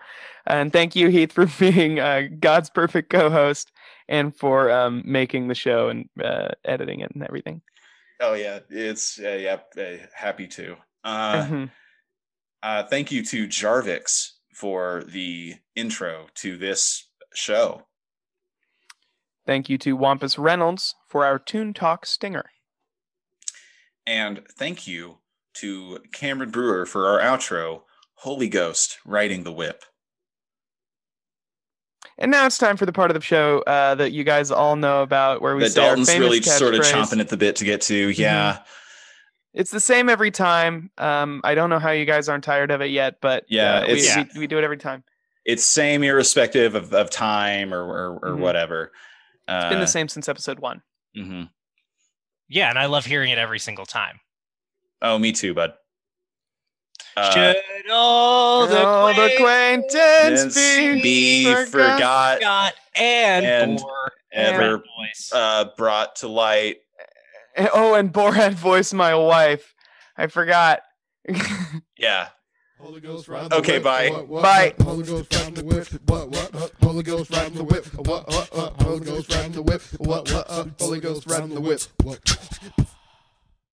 [SPEAKER 3] And thank you, Heath, for being uh, God's perfect co host and for um, making the show and uh, editing it and everything.
[SPEAKER 2] Oh, yeah. It's, uh, yeah, uh, happy to. Uh,
[SPEAKER 3] Mhm.
[SPEAKER 2] uh, thank you to Jarvix for the intro to this show.
[SPEAKER 3] Thank you to Wampus Reynolds for our Toon Talk stinger.
[SPEAKER 2] And thank you to Cameron Brewer for our outro, Holy Ghost riding the whip.
[SPEAKER 3] And now it's time for the part of the show uh, that you guys all know about where we
[SPEAKER 2] That
[SPEAKER 3] say our
[SPEAKER 2] Dalton's
[SPEAKER 3] famous
[SPEAKER 2] really sort of
[SPEAKER 3] catchphrase. Mm-hmm.
[SPEAKER 2] chomping at the bit to get to. Yeah.
[SPEAKER 3] It's the same every time. Um, I don't know how you guys aren't tired of it yet, but
[SPEAKER 2] Yeah,
[SPEAKER 3] uh, we,
[SPEAKER 2] it's-
[SPEAKER 3] we, we do it every time.
[SPEAKER 2] It's same irrespective of, of time or or, or
[SPEAKER 3] Mhm.
[SPEAKER 2] whatever. Uh,
[SPEAKER 3] It's been the same since episode one.
[SPEAKER 2] mhm.
[SPEAKER 4] Yeah, and I love hearing it every single time.
[SPEAKER 2] Oh, me too, bud. Uh,
[SPEAKER 4] Should all the,
[SPEAKER 3] Old
[SPEAKER 4] acquaintance
[SPEAKER 3] acquaintance
[SPEAKER 2] since
[SPEAKER 3] be,
[SPEAKER 2] be forgot,
[SPEAKER 4] got and,
[SPEAKER 2] And-
[SPEAKER 4] or
[SPEAKER 2] ever
[SPEAKER 4] voice.
[SPEAKER 2] uh, brought to light.
[SPEAKER 3] Oh, and Borat voiced my wife. I forgot.
[SPEAKER 2] Yeah.
[SPEAKER 6] Holy Ghost riding the
[SPEAKER 2] Okay,
[SPEAKER 6] whip.
[SPEAKER 2] bye.
[SPEAKER 6] What, what,
[SPEAKER 3] Bye.
[SPEAKER 6] what? Holy Ghost riding the whip. What what? uh, Holy Ghost riding the whip. What what? uh, Holy Ghost riding the whip. What what? uh, Holy Ghost riding the whip. What?